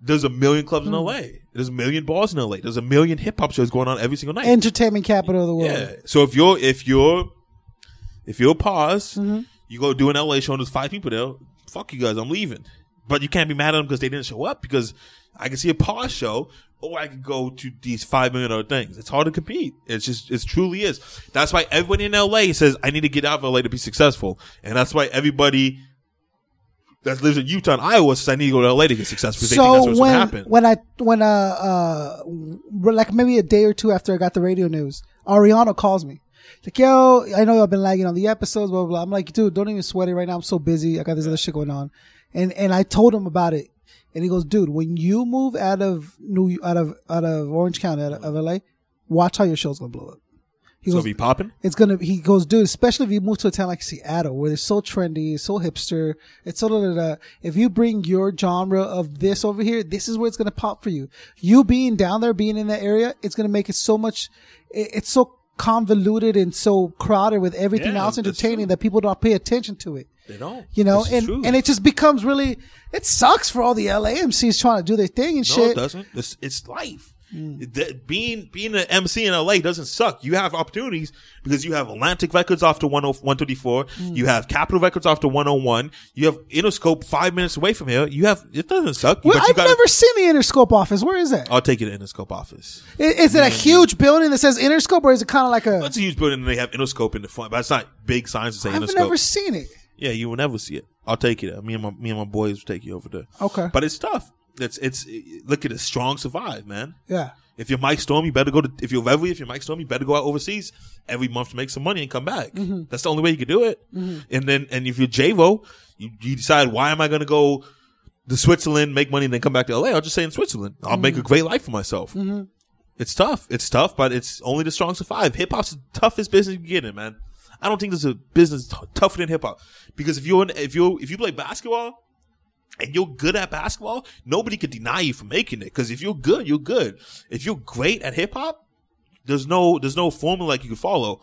There's a million clubs Hmm. in LA. There's a million bars in LA. There's a million hip hop shows going on every single night. Entertainment capital of the world. Yeah. So if you're if you're if you're paused, Mm-hmm. you go do an LA show and there's five people there. Fuck you guys, I'm leaving. But you can't be mad at them because they didn't show up because I can see a pause show or I could go to these five million other things. It's hard to compete. It's just it truly is. That's why everybody in LA says I need to get out of LA to be successful, and that's why everybody. That lives in Utah and Iowa says I need to go to LA to get successful. They think that's So what's when gonna happen. when I when uh uh like maybe a day or two after I got the radio news, Ariana calls me. Like, yo, I know I've been lagging on the episodes, blah, blah, blah. I'm like, dude, don't even sweat it right now. I'm so busy. I got this other shit going on. And and I told him about it. And he goes, dude, when you move out of New out of out of Orange County, out of, of LA, watch how your show's gonna blow up. He so goes, be popping. it's gonna. He goes, dude. Especially if you move to a town like Seattle, where they're so trendy, so hipster. It's so da, da, da. If you bring your genre of this over here, this is where it's gonna pop for you. You being down there, being in that area, it's gonna make it so much. It, it's so convoluted and so crowded with everything Yeah, else that's entertaining true. that people don't pay attention to it. They don't. You know, This is and true. and it just becomes really. It sucks for all the LA MCs trying to do their thing and No, shit. Mm. it doesn't. It's, it's life. That- being being an MC in LA doesn't suck. You have opportunities because you have Atlantic Records off to 10 134. Mm. You have Capitol Records off to 101. You have Interscope five minutes away from here. You have it doesn't suck. Well, but you I've gotta- Uh, never seen the Interscope office. Where is that? I'll take you to Interscope office. I- Is it a huge building that says Interscope, or is it kind of like a? That's a huge building, and they have Interscope in the front, but it's not big signs that say I've Interscope. never seen it. Yeah, you will never see it. I'll take you there. Me and my me and my boys will take you over there. Okay. but it's tough. It's it's look at it. Strong survive, man. Yeah. If you're Mike Storm, you better go to. If you're Reveille, if you're Mike Storm, you better go out overseas every month to make some money and come back. That's the only way you can do it. And then, and if you're Javo, you, you decide why am I going to go to Switzerland, make money, and then come back to LA? I'll just stay in Switzerland. I'll make a great life for myself. It's tough. It's tough, but it's only the strong survive. Hip hop's the toughest business you can get in, man. I don't think there's a business t- tougher than hip hop because if you're in, if you if you play basketball, and you're good at basketball, nobody could deny you for making it. Because if you're good, you're good. If you're great at hip hop, there's no there's no formula like you can follow.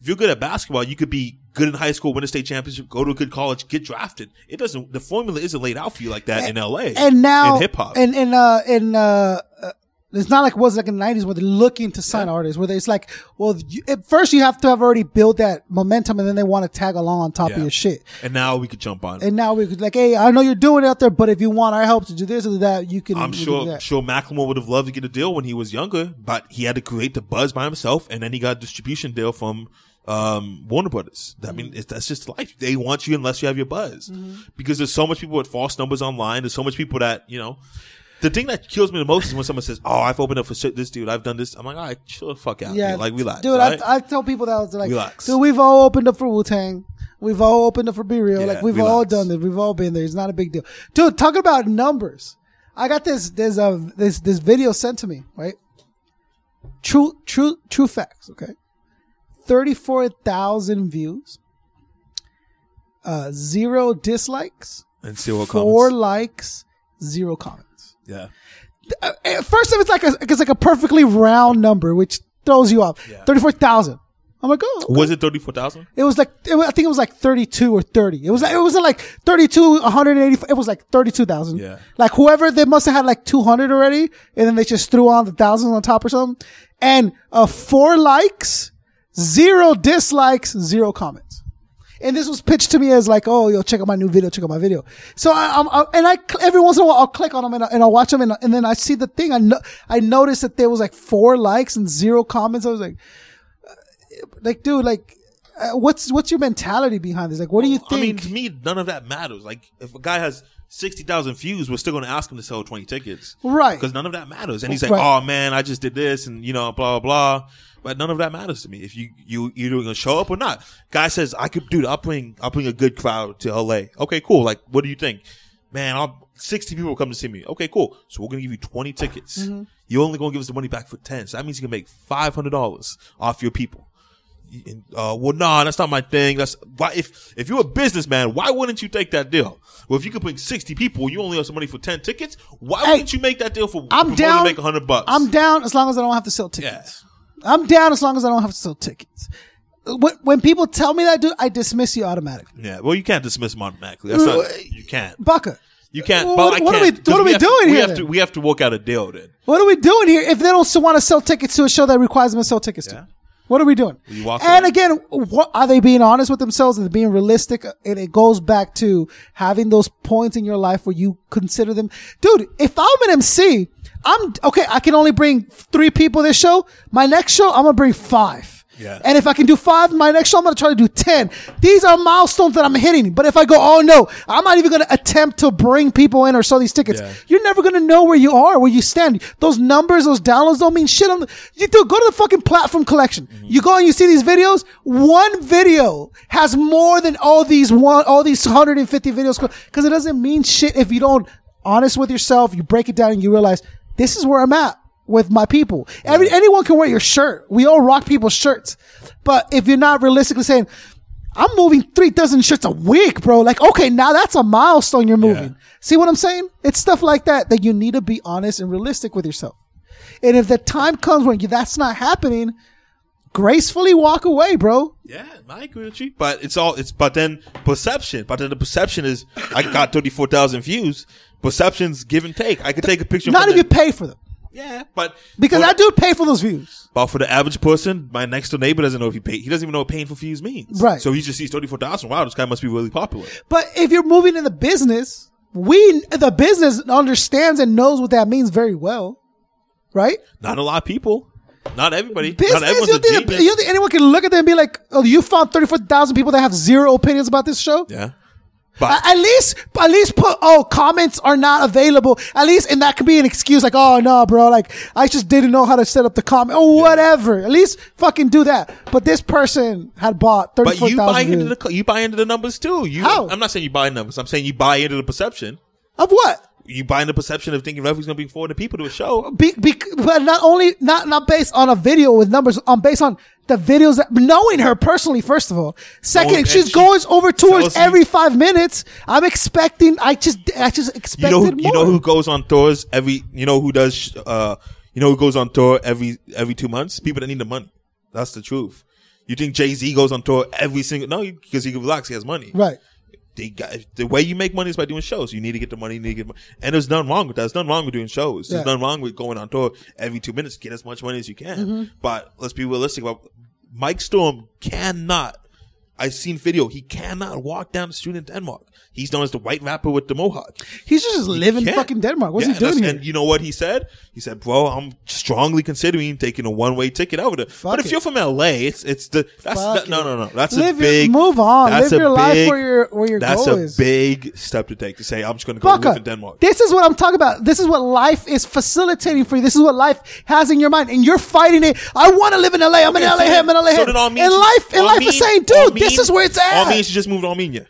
If you're good at basketball, you could be good in high school, win a state championship, go to a good college, get drafted. It doesn't the formula isn't laid out for you like that in LA. And now in hip hop. and and uh and uh. uh, It's not like it was like in the '90s where they're looking to sign artists, where it's like, well, you, at first you have to have already built that momentum, and then they want to tag along on top of Yeah. your shit. And now we could jump on. And now we could like, hey, I know you're doing it out there, but if you want our help to do this or that, you can. I'm we can do sure that. sure Macklemore would have loved to get a deal when he was younger, but he had to create the buzz by himself, and then he got a distribution deal from um, Warner Brothers. I Mm-hmm. mean, it's, that's just life. They want you unless you have your buzz, because there's so much people with false numbers online. There's so much people that you know. The thing that kills me the most is when someone says, "Oh, I've opened up for shit, this dude. I've done this." I'm like, "All right, chill the fuck out, yeah, like relax, dude. all right? I, I tell people that I was like, Relax. dude, we've all opened up for Wu Tang, we've all opened up for Be Real, Yeah, like we've all relax. done this, we've all been there. It's not a big deal, dude. Talking about numbers, I got this this uh this this video sent to me, right? True true true facts, okay. Thirty four thousand views, uh, zero dislikes, and see what four comes." likes, zero comments Yeah, uh, at first of it's like a it's like a perfectly round number, which throws you off. Yeah. Thirty four thousand. I'm like, oh, Was it thirty four thousand? it was like it was, I think it was like 32 or 30. It was like it wasn't like 32, 180. It was like 32,000. Yeah. Like whoever they must have had like 200 already, and then they just threw on the thousands on top or something. And uh, four likes, zero dislikes, zero comments. And this was pitched to me as like, oh, yo, check out my new video, check out my video. So I, I'm, I, and I, cl- every once in a while, I'll click on them and, I, and I'll watch them, and, and then I see the thing. I know, I noticed that there was like four likes and zero comments. I was like, uh, like dude like uh, what's what's your mentality behind this like what do you Oh, I mean, think to me, none of that matters. Like, if a guy has sixty thousand views, we're still going to ask him to sell twenty tickets, Right. Because none of that matters. And he's like, Right. "Oh man, I just did this," and you know, blah blah blah. But none of that matters to me. If you you you're going to show up or not, guy says, "I could, dude. I'll bring I'll bring a good crowd to L.A." Okay, cool. Like, what do you think? Man, I'll, sixty people come to see me. Okay, cool. So we're going to give you twenty tickets. Mm-hmm. You're only going to give us the money back for ten. So that means you can make five hundred dollars off your people and, uh, well, nah, that's not my thing. That's why if if you're a businessman, why wouldn't you take that deal? Well, if you could bring sixty people, you only have some money for ten tickets. Why wouldn't you make that deal for? for i'm more down To make hundred bucks. i'm down as long as i don't have to sell yeah. tickets i'm down as long as i don't have to sell tickets when, when people tell me that dude i dismiss you automatically Yeah. Well, you can't dismiss them automatically. That's not, you can't. bucca You can't. Well, but what- I what are can't, we- what 'cause are we have doing to, here We have then? to we have to work out a deal then. what are we doing here if they don't want to sell tickets to a show that requires them to sell tickets Yeah. to what are we doing You walk and away. again what are they being honest with themselves and being realistic and it goes back to having those points in your life where you consider them dude if i'm an mc i'm okay i can only bring three people this show my next show i'm gonna bring five Yeah. and if I can do five in my next show, I'm going to try to do 10. These are milestones that I'm hitting. But if I go, oh no, I'm not even going to attempt to bring people in or sell these tickets, Yeah. you're never going to know where you are, where you stand. Those numbers, those downloads don't mean shit. On the, you do, go to the fucking platform collection. You go and you see these videos. One video has more than all these one, all these 150 videos because it doesn't mean shit if you don't honest with yourself. You break it down and you realize this is where I'm at with my people. Every anyone can wear your shirt. We all rock people's shirts, but if you're not realistically saying. I'm moving three dozen shirts a week, bro. Like, okay, now that's a milestone you're moving. See what I'm saying? It's stuff like that that you need to be honest and realistic with yourself. And if the time comes when you, that's not happening, gracefully walk away, bro. Yeah, I agree with you. But it's all it's but then perception. But then the perception is I got thirty four thousand views. Perception's give and take. I could take a picture. Not from if you the- pay for them. Yeah, but Because but- I do pay for those views. But for the average person, my next door neighbor doesn't know if he paid. He doesn't even know what painful views means. Right. So he just sees thirty four thousand. Wow, this guy must be really popular. But if you're moving in the business, we, the business understands and knows what that means very well, right? Not a lot of people. Not everybody. business. Not everyone's you, a think, genius. you think anyone can look at them and be like, "Oh, you found thirty-four thousand people that have zero opinions about this show." yeah. But A- At least, at least put, oh, comments are not available. At least, and that could be an excuse like, oh, no, bro, like, I just didn't know how to set up the comment or whatever. At least fucking do that. But this person had bought but you 34,000 buy into views. the co- you buy into the numbers too. You. How? I'm not saying you buy numbers. I'm saying you buy into the perception. Of what? You buy into the perception of thinking Refugee's going to bring 400 people to a show. Be, be, but not only, not, not based on a video with numbers, on based on the videos that, knowing her personally, first of all. Second, Oh, if and she's she going over tours tells you- every five minutes, I'm expecting, I just, I just expected You know who, more. you know who goes on tours every, you know who does, uh, you know who goes on tour every, every two months? People that need the money. That's the truth. You think Jay-Z goes on tour every single, no, because he can relax. He has money. right. they got, the way you make money is by doing shows. You need to get the money, you need to get money. And there's nothing wrong with that. There's nothing wrong with doing shows. Yeah. There's nothing wrong with going on tour every two minutes, get as much money as you can. Mm-hmm. But let's be realistic about Mike Storm cannot. I've seen video. He cannot walk down the street in Denmark. He's known as the white rapper with the mohawk. He's just living can't. fucking Denmark. What's Yeah, he that's- doing here? And you know what he said? He said, "Bro, I'm strongly considering taking a one way ticket over there. but if it. you're from LA, it's it's the that's Fuck that, no it. no no. That's Live a your- big move on. That's Live a your life big- where your- where your that's goal a is. big step to take to say I'm just going to go live in Bucka, Denmark. this is what I'm talking about. This is what life is facilitating for you. This is what life has in your mind, and you're fighting it. I want to live in LA. I'm in Okay, LA. so then- I'm in LA. So then Armenia, and life, and life is saying, dude, this is where it's at. Armenia should just move to Armenia.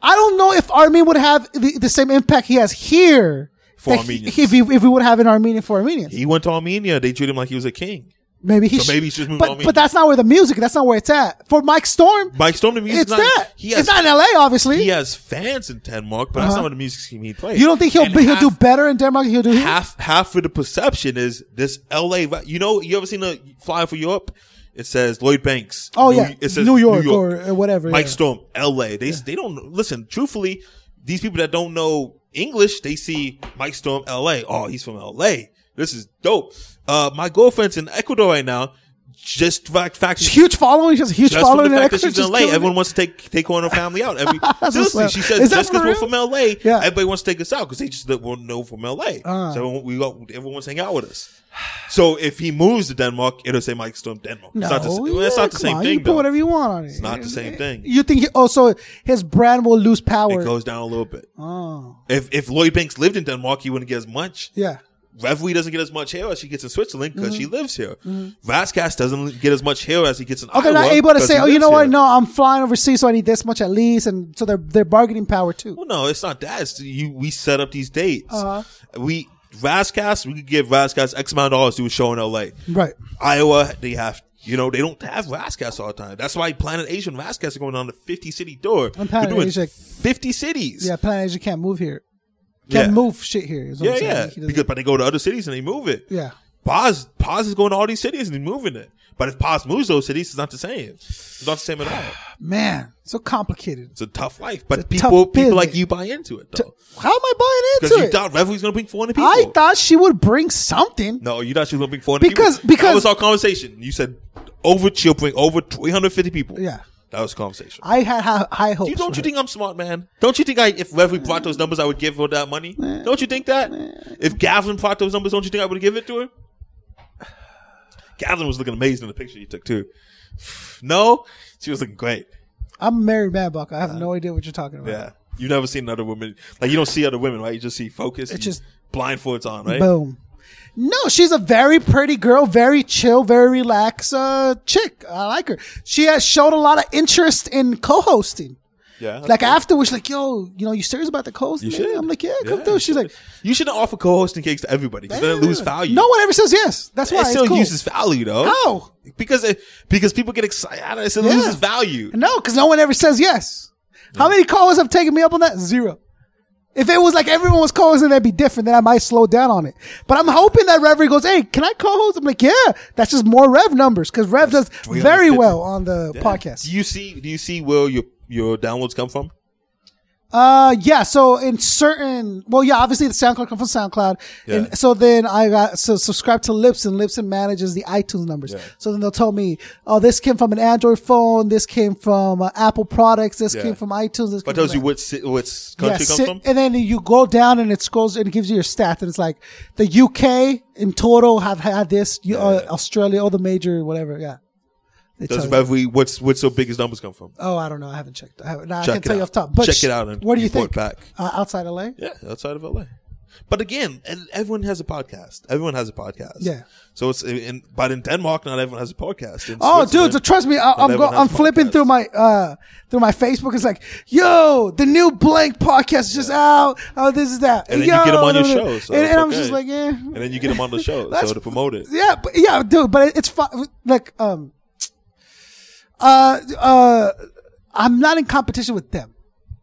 I don't know if Armin would have the, the same impact he has here For that he- Armenians. if he, if we would have in Armenia for Armenians. He went to Armenia. They treated him like he was a king. Maybe he So sh- maybe he should move but, on me. But that's not where the music. That's not where it's at. For Mike Storm, Mike Storm, the it's music's not, that. He has, it's not in L.A. Obviously, he has fans in Denmark, but that's not what the music scheme he plays. you don't think he'll And be, he'll half- do better in Denmark? than He'll do. here? half half of the perception is this LA. ra- You know, you ever seen a flyer for Europe? It says Lloyd Banks. Oh New- yeah, it says New York, or uh, whatever. Mike yeah. Storm, LA. They they don't listen. Truthfully, these people that don't know English, they see Mike Storm, LA. Oh, he's from LA. This is dope. Uh, my girlfriend's in Ecuador right now. Just fact fact. huge following, just a huge Just following. from the and fact that everyone's she's just in LA, killing it. everyone wants to take take her and her family out. <laughs> Every, That's what's seriously, left. she says Is that just for because we're real? from LA, Yeah. Uh. everybody wants to take us out because they just won't know from LA. So everyone- we got everyone wants to hang out with us. So if he moves to Denmark, it'll say Mike Storm Denmark. No, it's not the, s- well, it's yeah, not the come same on, You thing can put though. whatever you want on it. It's not the same thing. You think he, also his brand will lose power? It goes down a little bit. oh, If if Lloyd Banks lived in Denmark, he wouldn't get as much. yeah. Mm-hmm. Reverie doesn't get as much hair as she gets in Switzerland because she lives here. Vasquez doesn't get as much hair as he gets in Okay, Iowa. not able to 'cause say, he oh, you lives know what? here. No, I'm flying overseas, so I need this much at least, and so their their bargaining power too. Well, no, it's not that. It's you, we set up these dates. Uh-huh. We Rascast, we could give Rascast X amount of dollars to do a show in L.A. Right. Iowa, they have. You know, they don't have Rascast all the time. That's why Planet Asian Rascast are going on the 50 city tour. And Planet We're doing Asia- 50 cities. Yeah, Planet Asia can't move here. Can't Yeah. move shit here. is what Yeah, I'm saying. yeah. He doesn't- Because, but they go to other cities and they move it. yeah. Paz, Paz is going to all these cities and he's moving it. But if Paz moves those cities, it's not the same. It's not the same at all. Man, so complicated. It's a tough life. But a tough people, people like business. you buy into it though. How am I buying Because into you it? thought Reverie's going to bring 400 people. I thought she would bring something. No, you thought she was gonna bring 400 Because- people. because- that was our conversation. You said over she'll bring over three hundred fifty people. Yeah. that was the conversation. I had high, high hopes. you, don't for you her. think I'm smart, man? Don't you think I, if Reverie brought those numbers, I would give her that money? Don't you think that? If Gavin brought those numbers, don't you think I would give it to her? Gavin was looking amazing in the picture you took too. No, she was looking great. I'm a married man, Buck. I have no idea what you're talking about. Yeah, you've never seen another woman like you don't see other women, right? You just see focus. It's just- just blindfolds on, right? Boom. No, she's a very pretty girl, very chill, very relaxed uh, chick. I like her. She has showed a lot of interest in co-hosting. yeah, Like afterwards, like yo, you know, you serious about the co-hosting? You should. I'm like, yeah, come Yeah, through. you She's like, You shouldn't offer co-hosting cakes to everybody because then it lose "Yeah." value. No one ever says yes. That's why it it's still cool. uses value though. How? Because it because people get excited. I don't know, It still Yeah. loses value. No, because no one ever says yes. How many callers have taken me up on that? Zero. If it was like everyone was co-hosting, that'd be different. Then I might slow down on it. But I'm hoping that Reverie goes, "Hey, can I co-host?" I'm like, "Yeah." That's just more Rev numbers because Rev does very 350. well on the podcast. Do you see? Do you see where your your downloads come from? Uh, yeah. So in certain, well, yeah, obviously the SoundCloud comes from SoundCloud, Yeah. and so then I got so subscribe to Libsyn. Libsyn manages the iTunes numbers. So then they'll tell me, oh, this came from an Android phone, this came from uh, Apple products, this Yeah. came from iTunes. This But came from tells you that." which ci- which country Yeah, comes sit- from. And then you go down and it scrolls and it gives you your stats. And it's like the UK in total have had this, you, uh, Australia, all the major, whatever. Yeah. They Does tell you. Reverie what's what's your biggest numbers come from? Oh, I don't know. I haven't checked. I, haven't, I Check can't it tell you out. off top. But Check sh- it out and What do you report think? back. Uh, outside LA? Yeah, outside of LA. But again, and everyone has a podcast. Everyone has a podcast. Yeah. So it's in, but in Denmark, not everyone has a podcast. In Oh, dude! Switzerland- So trust me, I, I'm go, everyone has I'm flipping podcasts. through my uh through my Facebook. It's like, yo, the new blank podcast is just out. Oh, this is that. and then yo, you get them on your da- da- da. show. So and it's and I'm okay. just like, yeah. And then you get them on the show, That's- so to promote it. Yeah, but, yeah, dude. But it, it's fun. Like, um, uh, uh, I'm not in competition with them.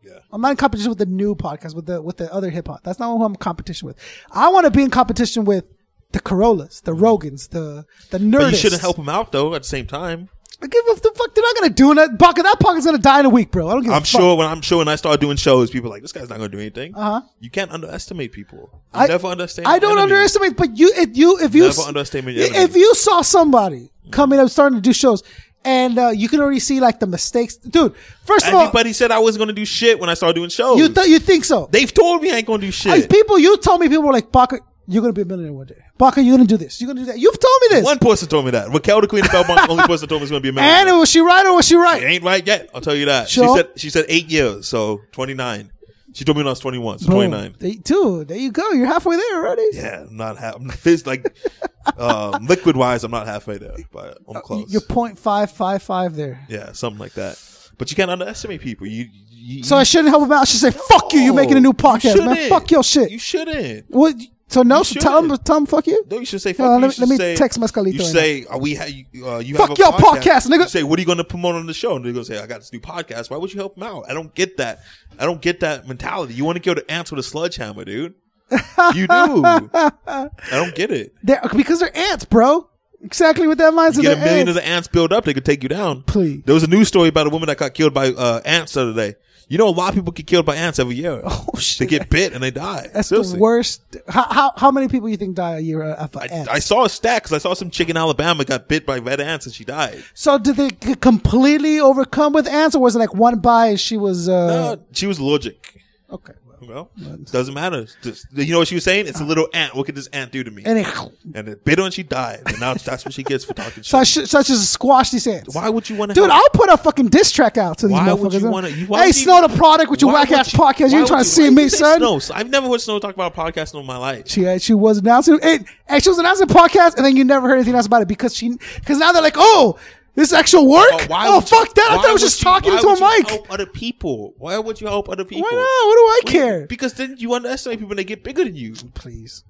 Yeah. I'm not in competition with the new podcast with the with the other hip hop. That's not who I'm in competition with. I want to be in competition with the Corollas, the Rogans, the the Nerdists. But you shouldn't help them out though. At the same time, I give up the fuck. They're not gonna do that. Pocket that pocket's gonna die in a week, bro. I don't give a I'm fuck. sure when I'm sure when I start doing shows, people are like this guy's not going to do anything. Uh-huh. You can't underestimate people. You I- never understand. I don't enemy. underestimate, but you if you if you Never underestimate your enemy. if you saw somebody coming up starting to do shows. And uh, you can already see like the mistakes, dude. First of all, Everybody said I wasn't going to do shit when I started doing shows. You th- you think so? They've told me I ain't going to do shit. Like, people, you told me people were like, Baka, you're gonna be a millionaire one day. Baka, you're gonna do this. You're gonna do that. You've told me this. One person told me that. Raquel the Queen of Belmont, the only person told me it's going to be a and man. was she right or was she It right? ain't right yet. I'll tell you that. Sure. She said she said eight years, so twenty nine. She told me when I was twenty one, so twenty nine. Boom. They- dude, there you go. You're halfway there already. Yeah, I'm not half. I'm phys- like <laughs> um, liquid wise, I'm not halfway there, but I'm close. Uh, You're point five five five there. yeah, something like that. But you can't underestimate people. You, you So I shouldn't help him out. I should say, "Fuck you! You're making a new No, Oh, you podcast, man. shouldn't. Fuck your shit." You shouldn't. what? So no, You so tell him, should. tell him, fuck you. No, you should say. Fuck Hold on, let me- you. You should let me say- text Mescalito You right say uh, we ha- you, uh, you Fuck have a your podcast, nigga. You say what are you going to promote on the show? And they're going to say I got this new podcast. Why would you help him out? I don't get that. I don't get that mentality. You want to go to ants with a sledgehammer, dude. You do. <laughs> I don't get it. They're, because they're ants, bro. Exactly what that line says. You get a they're million of ants. the ants build up, they could take you down. Please. There was a news story about a woman that got killed by uh, ants the other day. You know, a lot of people get killed by ants every year. <laughs> Oh, shit. They get bit and they die. That's Seriously. the worst. How, how how many people you think die a year uh, of I, ants? I saw a stat because I saw some chick in Alabama got bit by red ants and she died. so did they get completely overcome with ants, or was it like one bite? and She was uh, Uh, she was allergic. okay, You know? doesn't matter. It's Just, you know what she was saying? It's a little ant. What could this ant do to me? and it, And it bit her and she died. And now that's what she gets for talking so I shit. should, so I should squash these ants. Why would you want to? Dude, I'll put a fucking diss track out to these Why motherfuckers. would you wanna- you- why hey, would you- Snow the product with your Why whack would ass you- podcast. why You ain't trying would to see why me, you say son? Snow? So I've never heard Snow talk about a podcast in my life. She had, she was announcing it. And she was announcing a podcast, and then you never heard anything else about it because she because now they're like, oh, this is actual work. <laughs> But why oh would you- fuck that! I why thought I was would just you- talking why into a would you mic. Help other people. Why would you help other people? Why not? What do I care? Because then you underestimate people and they get bigger than you. Please,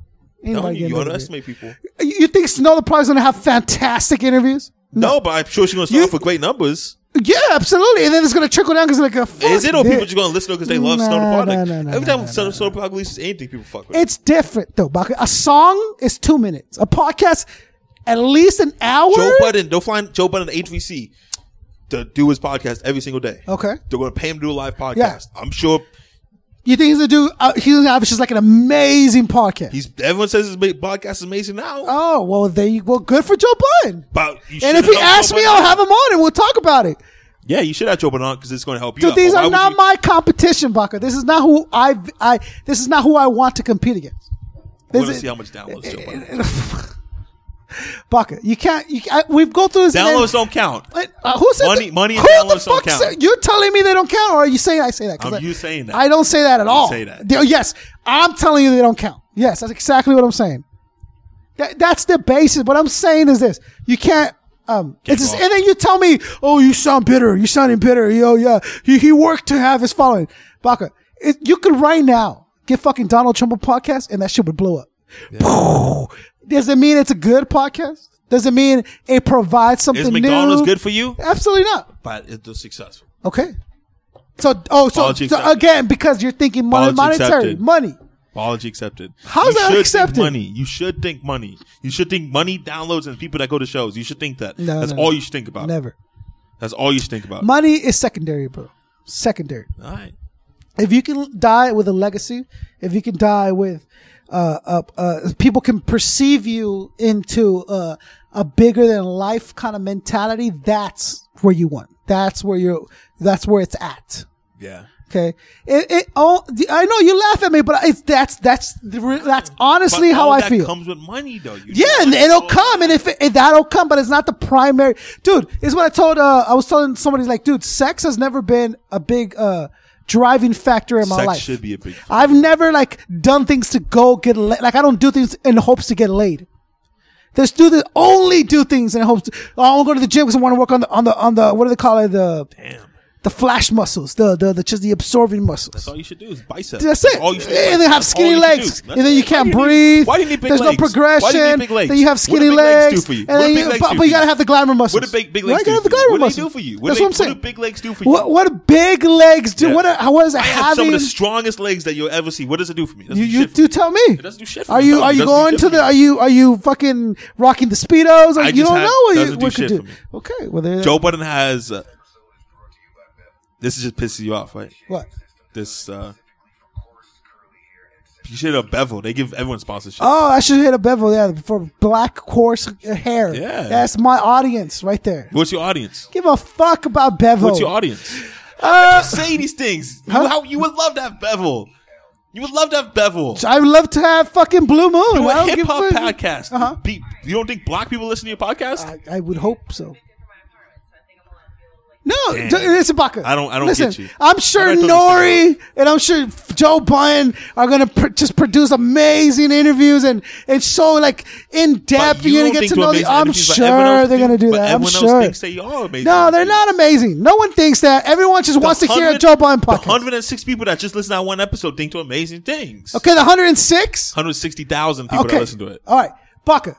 No, anybody you, get you another underestimate people. bit. You you think Snow the Product's gonna have fantastic interviews? No, but I'm sure she's gonna start You- off with great numbers. Yeah, absolutely. And then it's gonna trickle down because like, "Oh, fuck Is it or thi- people just gonna listen because they love Snow the Nah, Product? nah, nah, Every nah, time nah, Snow, Snow the Product releases anything, people fuck with it. It's different though. Baka. A song is two minutes. A podcast, at least an hour. Joe Budden, they'll find Joe Budden at HVC to do his podcast every single day. Okay. They're gonna pay him to do a live podcast. Yeah. I'm sure You think he's gonna do? Uh, he's gonna have just like an amazing podcast. he's everyone says his ma- podcast is amazing now. oh well, there you well, good for Joe Budden. but you And should've if he helped asks Joe me, Budden. I'll have him on and we'll talk about it. Yeah, you should have Joe Budden on because it's gonna help you. Dude, out. these But why are would not you- my competition, Baka. This is not who I I. This is not who I want to compete against. This We're gonna is- see how much downloads Joe <laughs> Budden. Baka, you can't. You, I, we've gone through this. and then- Downloads don't count. Wait, uh, who said Money- that? money and Who the downloads don't fuck count. said- you're telling me they don't count, or are you saying I say that? 'Cause I- Um, you saying that. I don't say that at all. say that. They- yes, I'm telling you they don't count. Yes, that's exactly what I'm saying. That, that's the basis. What I'm saying is this: you can't. Um, it's just, involved. and then you tell me, "Oh, you sound bitter. You sounding bitter. Yo, yeah, he, he worked to have his following." Baka, it, you could right now get fucking Donald Trump a podcast, and that shit would blow up. Does it mean it's a good podcast? Does it mean it provides something Is McDonald's new? good for you? Absolutely not. But it's just successful. Okay. So oh so, Apology so accepted. again because you're thinking money, Apology monetary accepted. money. Apology accepted. How's You that should think accepted? Money. You should think money. You should think money downloads and people that go to shows. You should think that. No, That's no, all no. you should think about. Never. That's all you should think about. Money is secondary, bro. Secondary. all right. If you can die with a legacy, if you can die with uh, uh, uh, people can perceive you into uh, a bigger than life kind of mentality. That's where you want. That's where you're. That's where it's at. Yeah. Okay. It, it all, I know you laugh at me, but it's that's that's the, re- that's honestly But how all I that feel. comes with money, though. You Yeah, and it'll come, and if, it, if that'll come, but it's not the primary. Dude, it's what I told. Uh, I was telling somebody like, dude, sex has never been a big uh, driving factor in my Sex life. should be a big factor. I've never like done things to go get laid. Like I don't do things in hopes to get laid. There's dudes that only do things in hopes. To, oh, I want to go to the gym because I want to work on the on the on the what do they call it the Damn. the flash muscles, the the, the just the absorbing muscles. That's all you should do is biceps. That's it. all you should do. and they have That's all you skinny should legs, do. and then you That's it. can't Why do you need- breathes. why do you need big There's legs? no progression. Why do you need big legs? Then you have What do skinny big legs. do for you? And What then do big you, legs but, do but for you gotta you? have the glamour muscles. What do big, big Why legs you gotta do have the for you? glamour What do muscles. they do for you? What That's do they- what I'm saying. What do big legs do for you? What what do big legs do? Yeah. What are- how what is it I have having? some of the strongest legs that you'll ever see. What does it do for me? It doesn't you do you shit for do me. tell me. It doesn't do shit for Are me. you It are you doesn't do going shit to for the? me. Are you are you fucking rocking the speedos? Like, I you just don't have- know what you doesn't do what could shit do. for me. Okay, well there. Joe Budden has. Uh, this is just pissing you off, right? What? This. uh You should have bevel. They give everyone sponsorship. Oh, I should hit a bevel. Yeah, for black coarse hair. Yeah. that's my audience right there. What's your audience? Give a fuck about bevel. What's <laughs> your audience? Uh, Say these things. You, how, you would love to have bevel. You would love to have bevel. I would love to have fucking Blue Moon. Do I a don't hip give hop fuck. podcast. Uh-huh. Be- you don't think black people listen to your podcast? I, I would hope so. No, Damn. d- it's Ibaka. I don't- I don't Listen, get you. I'm sure I don't Nori and I'm sure Joe Biden are gonna pr- just produce amazing interviews and and so like in But depth. you You're don't gonna get think to do know. The, amazing I'm interviews like sure everyone else they're gonna do but that. I'm everyone sure. else thinks they are amazing. no, they're not amazing. No one thinks that. Everyone just wants to hear a Joe Biden The podcast. 106 people that just listen to that one episode think to amazing things. Okay, the 106. 160,000 people Okay, that listen to it. all right, Baka.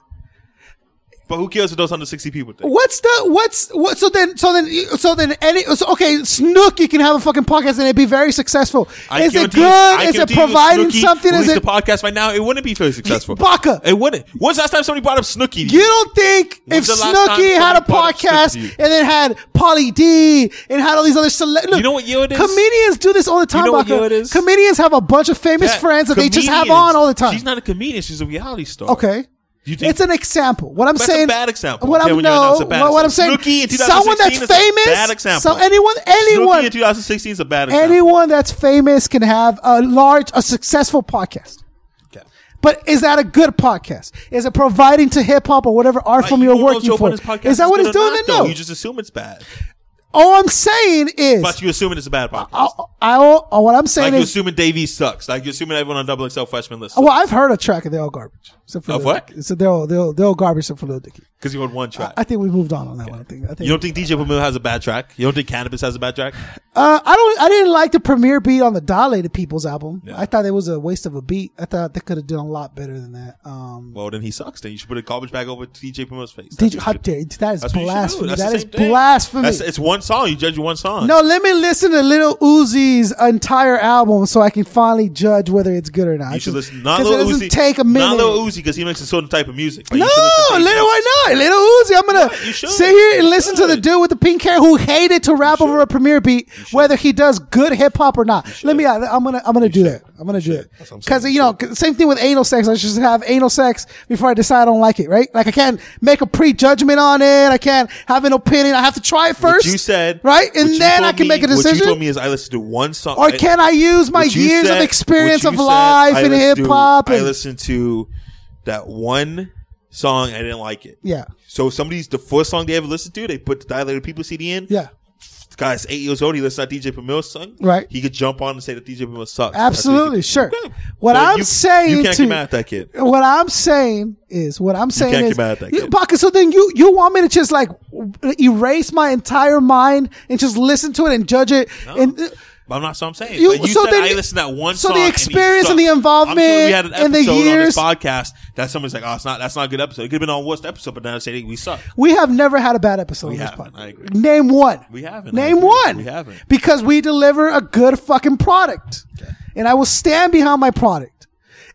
But who cares what those 160 people think? What's the what's what? So then, so then, so then, any so, okay, Snook, you can have a fucking podcast and it'd be very successful. I is it guarantee you- good? I Is it guarantee you providing Snooki something? Is released it the podcast right now? It wouldn't be very successful. Baka? It wouldn't. When's the last time somebody brought up Snooki? You don't think When's if the last time Snooki had a somebody brought up podcast Snooki? and then had Polly D and had all these other cele- look, You know what year it is? Comedians do this all the time. know what Baka. year it is? Comedians have a bunch of famous That- friends that they just have comedians- on all the time. She's not a comedian. She's a reality star. okay. You think It's an example. What I'm That's a saying, bad example. What Okay, I'm when you no, announce a bad what, what I'm saying, example. Snooki in someone that's 2016 is a famous. bad example. So anyone, Snooki anyone, in 2016 is a bad example. anyone that's famous can have a large, a successful podcast. Okay. But is that a good podcast? Is it providing to hip hop or whatever art Like, form you you're don't know if working Joe for? Biden's podcast Is that what good it's or doing? not, Then no. You just assume it's bad, all I'm saying is, but you're assuming it's a bad podcast. I, I, I- what I'm like saying you're is, assuming Davies sucks. Like you're assuming everyone on Double XL freshman list well, I've heard a track and they're all garbage. Except for Of Lil what? Dicky. So they're all, they're all, they're all garbage except for Lil Dicky. because you heard one track. I think we moved on on that one. I think. I think. you don't think DJ Pamela has a bad track? You don't think Cannabis has a bad track? Uh, I don't. I didn't like the premiere beat on the Dilated People's album. I thought it was a waste of a beat. I thought they could have done a lot better than that. Um, Well, then he sucks. Then you should put a garbage bag over DJ Pamela's face. That's DJ, what how you should- dare you- That is that's what you should do. blasphemy. That's the That is same thing. blasphemy. That's- it's one song. You judge one song. no, let me listen to Little Uzi's entire album so I can finally judge whether it's good or not. You should listen. Not 'Cause it Lil doesn't Uzi. take a minute. Not Lil Uzi because he makes a certain type of music. But No, you should listen to little him. why not? Little Uzi, I'm gonna you should. sit here and You listen to the should. dude with the pink hair who hated to rap over a premiere beat, whether he does good hip hop or not. Let me. I, I'm gonna. I'm gonna do that. I'm gonna do it That's what I'm because saying. you know, 'cause same thing with anal sex. I should just have anal sex before I decide I don't like it. Right? Like I can't make a prejudgment on it. I can't have an opinion. I have to try it What first. you said right, what and you then I told can me- make a What you told decision. me is I listened to one song. Or I- can I use my what you years said- of experience of what you said, life I and hip listened to- hop? I and- listened to that one song. I didn't like it. Yeah, So somebody's the first song they ever listened to. They put the dilated people CD in. yeah. This guy's eight years old. He listens to DJ Pamela's song. Right. He could jump on and say that DJ Pamela sucks. That's what he Absolutely, could sure. do. Okay. What So I'm you- saying you can't to, get mad at that kid. What I'm saying is, what I'm saying can't is, get mad at that you- kid. Baka, so then you you want me to just like erase my entire mind and just listen to it and judge it? And uh, But I'm not. So I'm saying. You- You, you so said then- I listened to that one. so the song and he experience and the sucked. involvement I'm sure we had an and the episode years- on this podcast that someone's like, oh, it's not. That's not a good episode. It could have been our worst episode, but now they're saying we suck. we have never had a bad episode on this haven't, I agree. podcast. Name one. We haven't, I Name agree. one. We haven't. Because we deliver a good fucking product, and I will stand behind my product.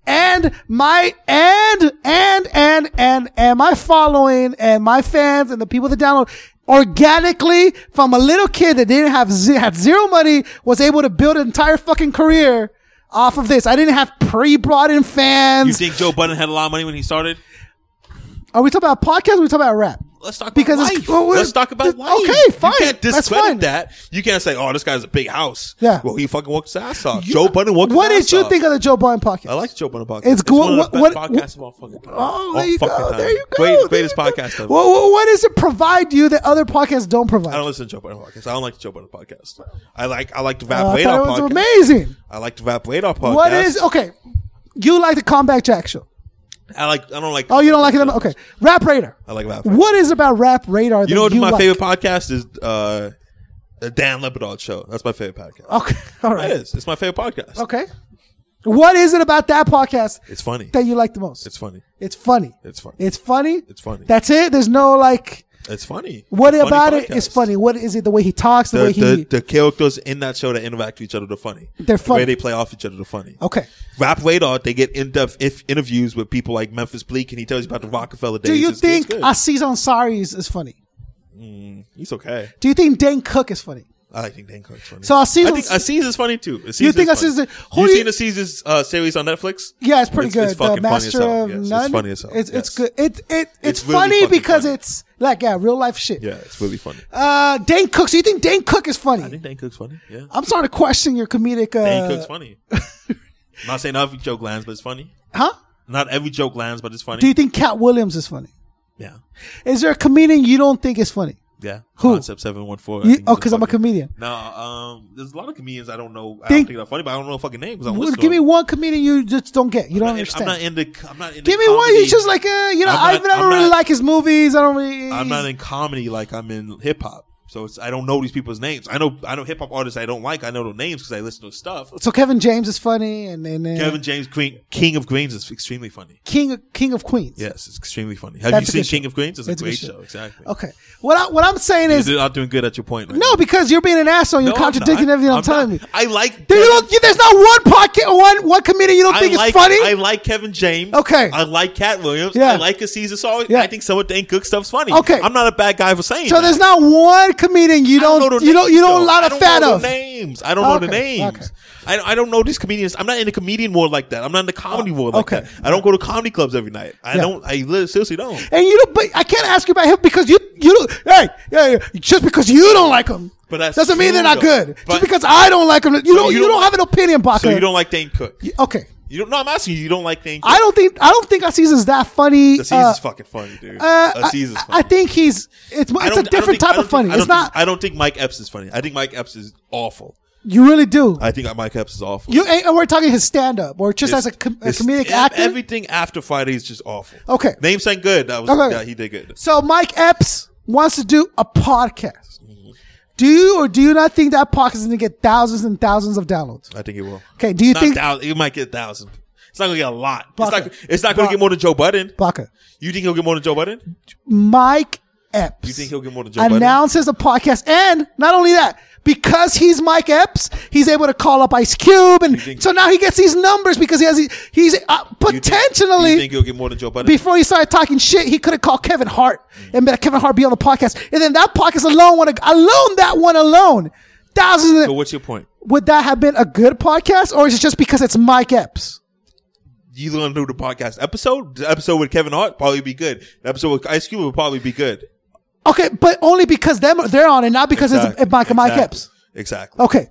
And my and and and and and my following and my fans and the people that download organically from a little kid that didn't have ze- had zero money was able to build an entire fucking career off of this. I didn't have pre brought in You fans. think Joe Budden had a lot of money when he started? Are we talking about podcast? Or are we talking about rap? Let's talk Because about it's- life. well, we're- Let's talk about th- life. okay, fine. You can't That's discredit fine. that. You can't say, "Oh, this guy's a big house." Yeah. Well, he fucking worked his ass off. Joe Budden worked. What did his ass you off. think of the Joe Biden podcast? I like Joe Budden podcast. It's good. one of the What- best what- podcasts of all fucking time. Oh, All there you fucking go. time. There you go. Great- there greatest you go. podcast ever. Well, well, what does it provide you that other podcasts don't provide? I don't listen to Joe Budden podcast. I don't like the Joe Budden podcast. I like I like the Uh, Vap I Radar thought it was podcast. amazing. I like the Vap Radar podcast. What is oh. okay? You like the Combat Jack show? I like. I don't like. Oh, you don't like it? Okay, Rap Radar. I like Rap Radar. What is about Rap Radar? That You know what? you my like? favorite podcast is uh, the Dan Lepidoff show. That's my favorite <laughs> podcast. Okay, all right. It is. It's my favorite podcast. Okay, what is it about that podcast It's funny. that you like the most? It's funny. It's funny. It's funny. It's funny. It's funny. That's it. There's no like. It's funny. What It's a funny about it is podcast. funny? What is it? The way he talks, the, The, way he. the, the characters in that show that interact with each other, they're funny. They're The funny. way they play off each other, they're funny. okay. Rap Radar, they get in depth if interviews with people like Memphis Bleak, and he tells you about the Rockefeller days. Do you It's- it's think good. Aziz Ansari is, is funny? he's okay? Do you think Dan Cook is funny? I like think Dan Cook's funny. So Aziz- I think Aziz is funny too. Aziz You think is funny. Aziz is- who you do you- seen Aziz's uh, series on Netflix? Yeah, it's pretty good. It's the fucking funny as Master hell. of Yes, None. It's funny as hell. It's, it's Yes. good. It, it, it's It's really funny fucking because funny. it's like yeah, real life shit. Yeah, it's really funny. Uh, Dane Cook. So you think Dane Cook is I funny? think Dan Cook's funny. Yeah, I'm starting to question your comedic. Uh, Dan Cook's <laughs> funny. I'm not saying every joke lands, but it's funny. Huh? Not every joke lands, but it's funny. Do you think Cat Williams is funny? yeah. Is there a comedian you don't think is funny? Yeah. Who? Concept seven one four. You, oh, because I'm a comedian. No, um, there's a lot of comedians I don't know. I Think- don't think they're funny, but I don't know fucking names. I Give me one comedian you just don't get. You don't understand. I'm not into. I'm not into Give me one. You comedy. just like, uh, you know, I'm I, not- don't I'm really not- like his movies. I don't really. I'm not in comedy like I'm in hip hop. So it's, I don't know these people's names. I know I know hip hop artists I don't like. I know their names because I listen to stuff. so Kevin James is funny, and and uh, Kevin James Queen, King of Queens is extremely funny. King King of Queens. Yes, it's extremely funny. Have That's a you good seen King show. of Queens? It's a That's a great good show. show. Exactly. Okay. What I, what I'm saying is You're not doing good at your point. Right no, because you're being an asshole. You're now. No, I'm contradicting not. everything I'm, I'm telling not. you. I like. There you Kevin- don't, you- there's not one podcast, one one comedian you don't think I like, is funny. I like Kevin James. Okay. I like Cat Williams. Yeah. I like Aziz Ansari. Yeah. I think some of Dan Cook stuff's funny. Okay. I'm not a bad guy for saying so that. there's not one comedian you I don't, know their you don't you names, don't though. lot I of don't fan know of. their names. I don't know the Okay, names. okay. I don't, I don't know these comedians. I'm not in a comedian world like that. I'm not in the comedy world like Oh, okay. that. I don't go to comedy clubs every night. I Yeah. don't. I li- seriously don't. And you don't, but I can't ask you about him because you you don't- hey yeah, yeah just because you don't like him But that's doesn't mean true, they're not though. good. just But- because I don't like him, you don't you, you don't, don't- have an opinion, Baca. So you don't like Dane Cook. Okay, You don't. No, I'm asking you. You don't like Dane. Cook. I don't think I don't think Aziz is that funny. Aziz Uh, is fucking funny, dude. uh, I, Aziz is I- funny. I think he's it's I it's don't- I a don't different think- I type don't of funny. think- I It's don't not think- I don't think Mike Epps is funny. I think Mike Epps is awful. you really do. I think Mike Epps is awful. You and we're talking his stand up or just as a, com- a It's- comedic ev- actor. Everything after Friday is just awful. Okay. Name sang good. That was Okay. yeah, he did good. so Mike Epps wants to do a podcast. Do you or do you not think that podcast is going to get thousands and thousands of downloads? I think he will. Okay, do you Not think thousand, he might get a thousand. It's not gonna get a lot. It's Barker. not, it's not gonna Bar- get more than Joe Budden. Baca, You think he'll get more than Joe Budden? Mike Epps? You think he'll get more than Joe Budden? announces a podcast, and not only that, because he's Mike Epps, he's able to call up Ice Cube, and think- so now he gets these numbers because he has he's uh, You think- you potentially. think he'll get more than Joe Budden? before he started talking shit, he could have called Kevin Hart and been like, Kevin Hart be on the podcast. And then that podcast alone, would have, alone that one alone, thousands. so Of, what's your point? would that have been a good podcast, or is it just because it's Mike Epps? You gonna do the podcast episode? The episode with Kevin Hart probably be good. The episode with Ice Cube would probably be good. Okay, but only because them they're on it, not because it's, it's Mike, Mike Exactly. Epps. Oh. Exactly. Okay,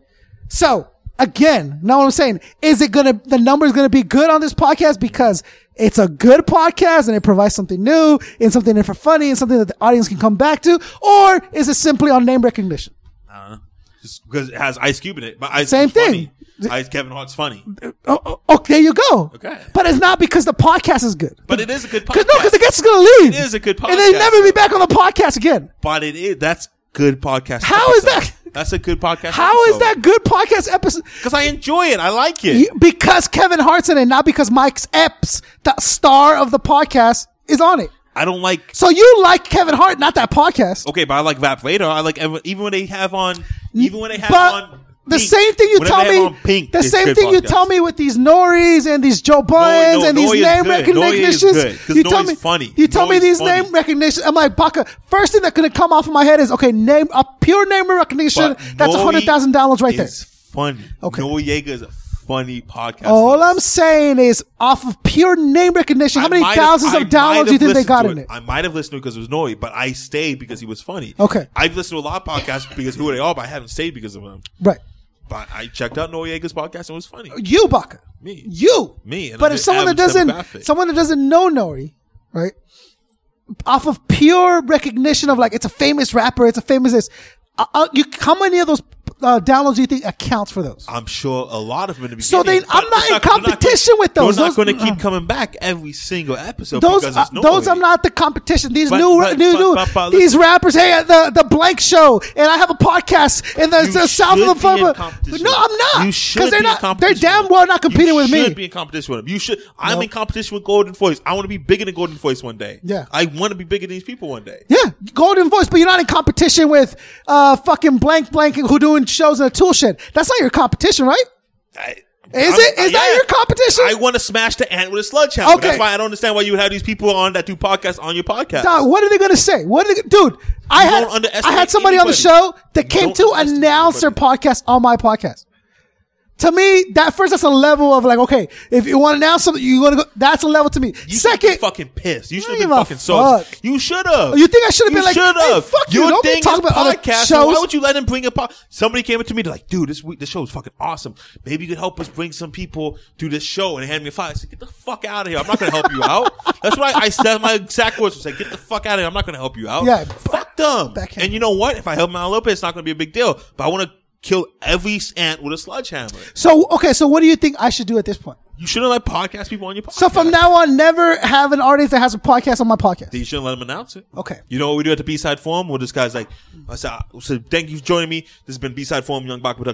so again, know what I'm saying? Is it gonna the numbers gonna be good on this podcast because it's a good podcast and it provides something new and something different, funny and something that the audience can come back to, or is it simply on name recognition? Because it has Ice Cube in it. But Ice Same Cube's funny. thing. Ice Kevin Hart's funny. Oh, oh, oh, there you go. Okay. But it's not because the podcast is good. But it is a good Because no, because podcast. the guest is going to leave. It is a good And they podcast, never be back on the podcast again. But it is that's good podcast. How is that- That's a good podcast. How is that good podcast episode? Because I enjoy it. I like it. You- Because Kevin Hart's in it, not because Mike's Epps, the star of the podcast, is on it. I don't like So you like Kevin Hart, not that podcast. Okay, but I like Rap Radar. I like ev- even when they have on, even when they have But on. the Pink. same thing you Whenever tell they have me, on Pink, the it's same good thing you podcast. tell me with these Noris and these Joe Buttons no, and these Nori is name good. Nori is recognitions. good, 'cause you Nori tell is me, funny. you tell Nori me is these funny. name recognitions. I'm like, Baka, first thing that could come off of my head is, okay, name a pure name recognition. But That's a Nori 100,000 downloads right there. is Funny. Okay. Noriega is a funny podcast. All I'm saying is, off of pure name recognition, how many thousands of downloads do you think they got in it? I might have listened to it because it was Nori, but I stayed because he was funny. Okay. I've listened to a lot of podcasts because who they are, but I haven't stayed because of them. Right. But I checked out Noriega's podcast and it was funny. You, Baka. Me. You. Me, and But I'm if the someone that average doesn't, demographic. someone that doesn't know Nori, right? Off of pure recognition of like, it's a famous rapper, it's a famous this. Uh, uh, you, how many of those uh, downloads do you think accounts for those? I'm sure a lot of them in the beginning. So then but I'm not it's in gonna- competition with those. We're Those- not going to keep coming back every single episode. Those, because uh, it's those Nori. are not the competition. These But- new, but- new, but- new, but- but these rappers. Hey, uh, the the blank show, and I have a podcast, and the, You the south should of the be in But- competition. No, I'm not. You should they're be in not. They're competition damn with well him. not competing You with me. should be in competition with them. You should. I'm in competition with Golden Voice. I want to be bigger than Golden Voice one day. Yeah. I want to be bigger than these people one day. Yeah, golden voice, but you're not in competition with uh fucking blank blank who doing shows in a tool shed. That's not your competition, right? I, Is I'm- it? Is that yeah. your competition? I want to smash the ant with a sledgehammer. Okay. That's why I don't understand why you would have these people on that do podcasts on your podcast. Dog, what are they gonna say? What are they, dude? I You had don't underestimate I had somebody on the anybody. show that You came don't to underestimate announce their anybody. podcast on my podcast. to me, that first that's a level of like, okay, if you want to announce something, you want to go. That's a level to me. You should Second, be fucking pissed. You should have give been a fucking so. fuck. You should have. You think I should have been like, should hey, have. fuck you, Your don't be thing is talking about other podcast, shows. Why would you let him bring a pod? Somebody came up to me, they're like, dude, this week, this show is fucking awesome. Maybe you could help us bring some people to this show and hand me a file. I said, get the fuck out of here. I'm not going to help <laughs> you out. That's why I said my exact words. I said, get the fuck out of here. I'm not going to help you out. Yeah. Fuck them. Backhand. And you know what? If I help him out a little bit, it's not going to be a big deal. But I want to kill every ant with a sledgehammer. so okay, so what do you think I should do at this point? You shouldn't let podcast people on your podcast. So from now on, never have an artist that has a podcast on my podcast. you shouldn't let them announce it. Okay. You know what we do at the B side forum? Where this guy's like, I said, I said, thank you for joining me. This has been B side forum,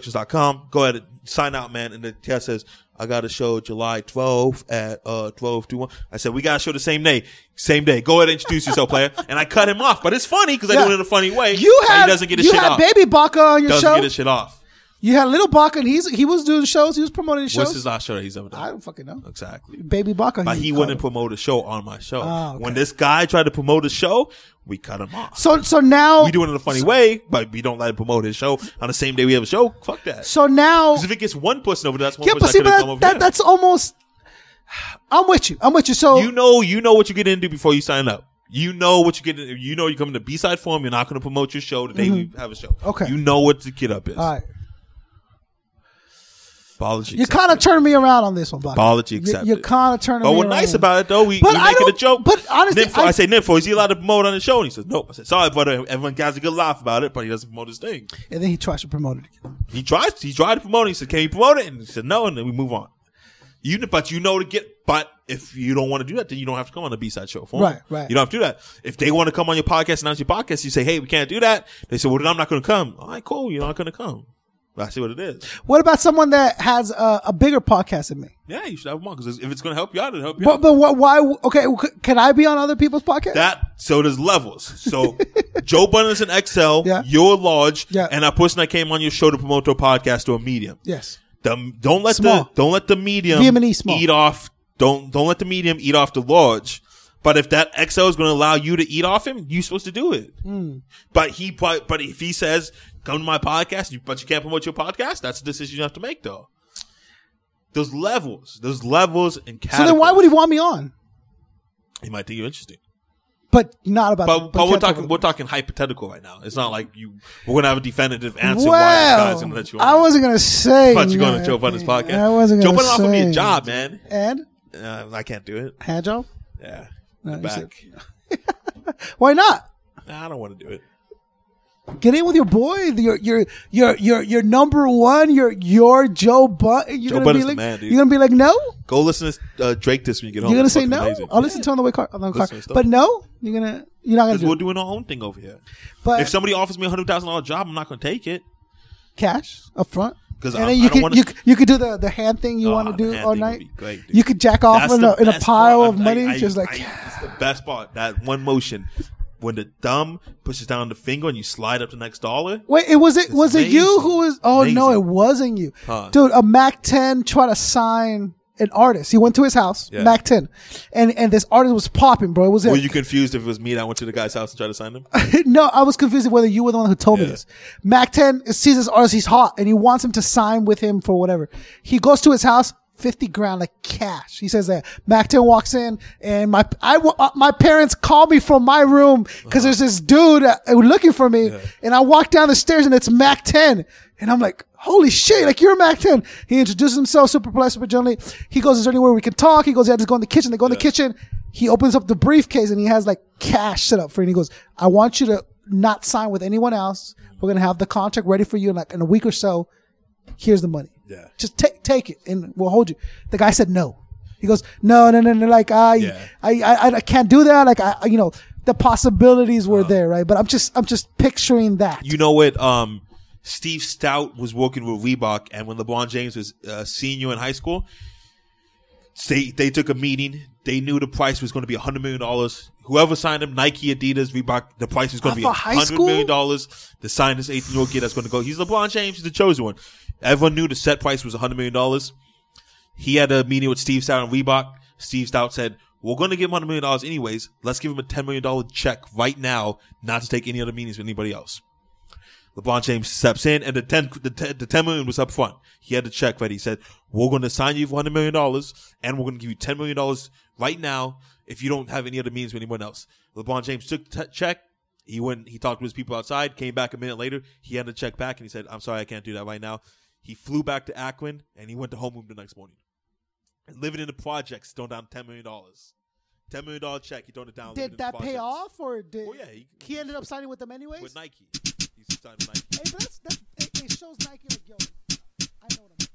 youngbachproductions.com. Go ahead and sign out, man. And the TS says, I got a show July 12th at, uh, 12 to 1. I said, we got a show the same day. Same day. Go ahead and introduce yourself, <laughs> player. And I cut him off, but it's funny because I Yeah. do it in a funny way. You and had he doesn't get his you shit had off. Baby Baka on your doesn't show. get his shit off. you had Little Baka, and he's he was doing shows. He was promoting shows. What's his last show that he's ever done? I don't fucking know. exactly. Baby Baka. But you he called wouldn't him. promote a show on my show. Ah, okay. When this guy tried to promote a show, we cut him off. So so now we do it in a funny way, but we don't let him promote his show on the same day we have a show. Fuck that. So now 'Cause if it gets one person over, there, that's one yeah, but see, person that could but come that, over that here. that's almost. I'm with you. I'm with you. So you know, you know what you get into before you sign up. You know what you get. In, you know you come to B side form. You're not going to promote your show the day we have a show. Mm-hmm. Okay. You know what the get up is. all right. Apology. You kind of turned me around on this one, Baka. Apology You, accepted. you're kind of turning. But me we're around. nice about it though. We, But we I make it a don't- joke. but honestly, Nympho- I, I- say Nympho, is he allowed to promote on the show? And he says, Nope. I said, Sorry, but everyone guys a good laugh about it, but he doesn't promote his thing. And then he tries to promote it. Again. He tries. He tried to promote it. He said, "Can you promote it?" And he said, "No." And then we move on. You, kn- but you know to get. But if you don't want to do that, then you don't have to come on the B side show. For 'em. Right, right. You don't have to do that. If they want to come on your podcast, announce your podcast, you say, "Hey, we can't do that." They say, "Well, then I'm not going to come." All right, cool. You're not going to come. That's what it is. What about someone that has a, a bigger podcast than me? Yeah, you should have them on because if it's going to help you out, it'll help you. out. But but what? Why? Okay, c- can I be on other people's podcasts? That so there's levels. <laughs> So Joe Budden is an XL, Yeah. you're large, Yeah. and a person that came on your show to promote their podcast or a medium. yes. The, don't let Small. the don't let the medium Vehemently small. eat off. Don't don't let the medium eat off the large. But if that XL is going to allow you to eat off him, you're supposed to do it. Hmm. But he pro- but if he says come to my podcast, you, but you can't promote your podcast, that's a decision you have to make though. There's levels. There's levels and So categories. then, why would he want me on? he might think you're interesting? But not about. But, but we're can't talk talking we're talking hypothetical right now. It's not like you we're gonna have a definitive answer why this guy's Well, gonna let you on. I wasn't gonna say. but you're going to Joe nothing. Budden's podcast. I wasn't Joe gonna Budden say. offered me a job, man. And Uh, I can't do it. hand job? Yeah. No, you said- back. Why not? Nah, I don't want to do it. Get in with your boy, your your your your your number one, your your Joe Budden. You're Joe gonna be Budden's the like, man, dude. you're gonna be like, no. Go listen to uh, Drake this when you get home. you're gonna It's say fucking no. amazing. I'll listen to him on the way car, on the car. Listen to stuff. But no, you're gonna you're not gonna 'Cause do we're it. doing our own thing over here. But If somebody offers me a hundred thousand dollar job, I'm not going to take it. cash up front. 'Cause and I- then I you don't could wanna- you, could- you could do the the hand thing you Oh, want to the do hand all thing would night. be great, dude. you could jack off That's in the a, in a best pile part. of I- money, I- just I- like <sighs> it's the best part. That one motion when the thumb pushes down the finger and you slide up the next dollar. Wait, it was it was it you amazing. who was? Oh no, it Amazing. wasn't you, Huh. dude. A Mac Ten tried to sign an artist. He went to his house, Yeah. Mac Ten, and and this artist was popping, bro. It was Were it. you confused if it was me that went to the guy's house and tried to sign him? <laughs> no, I was confused whether you were the one who told me Yeah. this. Mac Ten sees this artist, he's hot, and he wants him to sign with him for whatever. He goes to his house. 50 grand like cash. He says that. Mac 10 walks in and my, I, wa- uh, my parents call me from my room because there's this dude uh, looking for me and I walk down the stairs and it's Mac 10 and I'm like, holy shit, like you're Mac 10. He introduces himself, super polite, super gently. He goes, is there anywhere we can talk? He goes, yeah, just go in the kitchen. They go in the kitchen. He opens up the briefcase and he has like cash set up for it. And he goes, I want you to not sign with anyone else. We're going to have the contract ready for you in like in a week or so. Here's the money. Yeah. Just take, take it and we'll hold you. The guy said no. He goes, no, no, no, no. Like I, Yeah. I, I, I can't do that. Like I, I- you know, the possibilities were there, right? But I'm just, I'm just picturing that. Uh-huh. You know what? Um, Steve Stout was working with Reebok, and when LeBron James was uh, senior in high school, they they took a meeting. They knew the price was going to be hundred million dollars. Whoever signed him, Nike, Adidas, Reebok, the price was going to be Off of high hundred million school? dollars to sign this eighteen year old kid that's going to go. He's LeBron James. He's the chosen one. Everyone knew the set price was hundred million dollars. He had a meeting with Steve Stout and Reebok. Steve Stout said, "We're going to give him hundred million dollars anyways. Let's give him a ten million dollar check right now, not to take any other meetings with anybody else." LeBron James steps in, and the ten the, te- the ten million was up front. He had the check ready. He said, "We're going to sign you for hundred million dollars, and we're going to give you ten million dollars right now if you don't have any other means with anyone else." LeBron James took the te- check. He went. He talked to his people outside. Came back a minute later. He had the check back, and he said, "I'm sorry, I can't do that right now." He flew back to Akron, and he went to homeroom the next morning. And living in the projects, thrown down ten million dollars. Ten million dollar check. He thrown it down. lived Did in the that pay projects. off or did Oh yeah, he, he ended up signing with them anyways? with Nike. He signed with Nike. Hey, but that's, that's, it, it shows Nike like, yo, I know what I'm doing.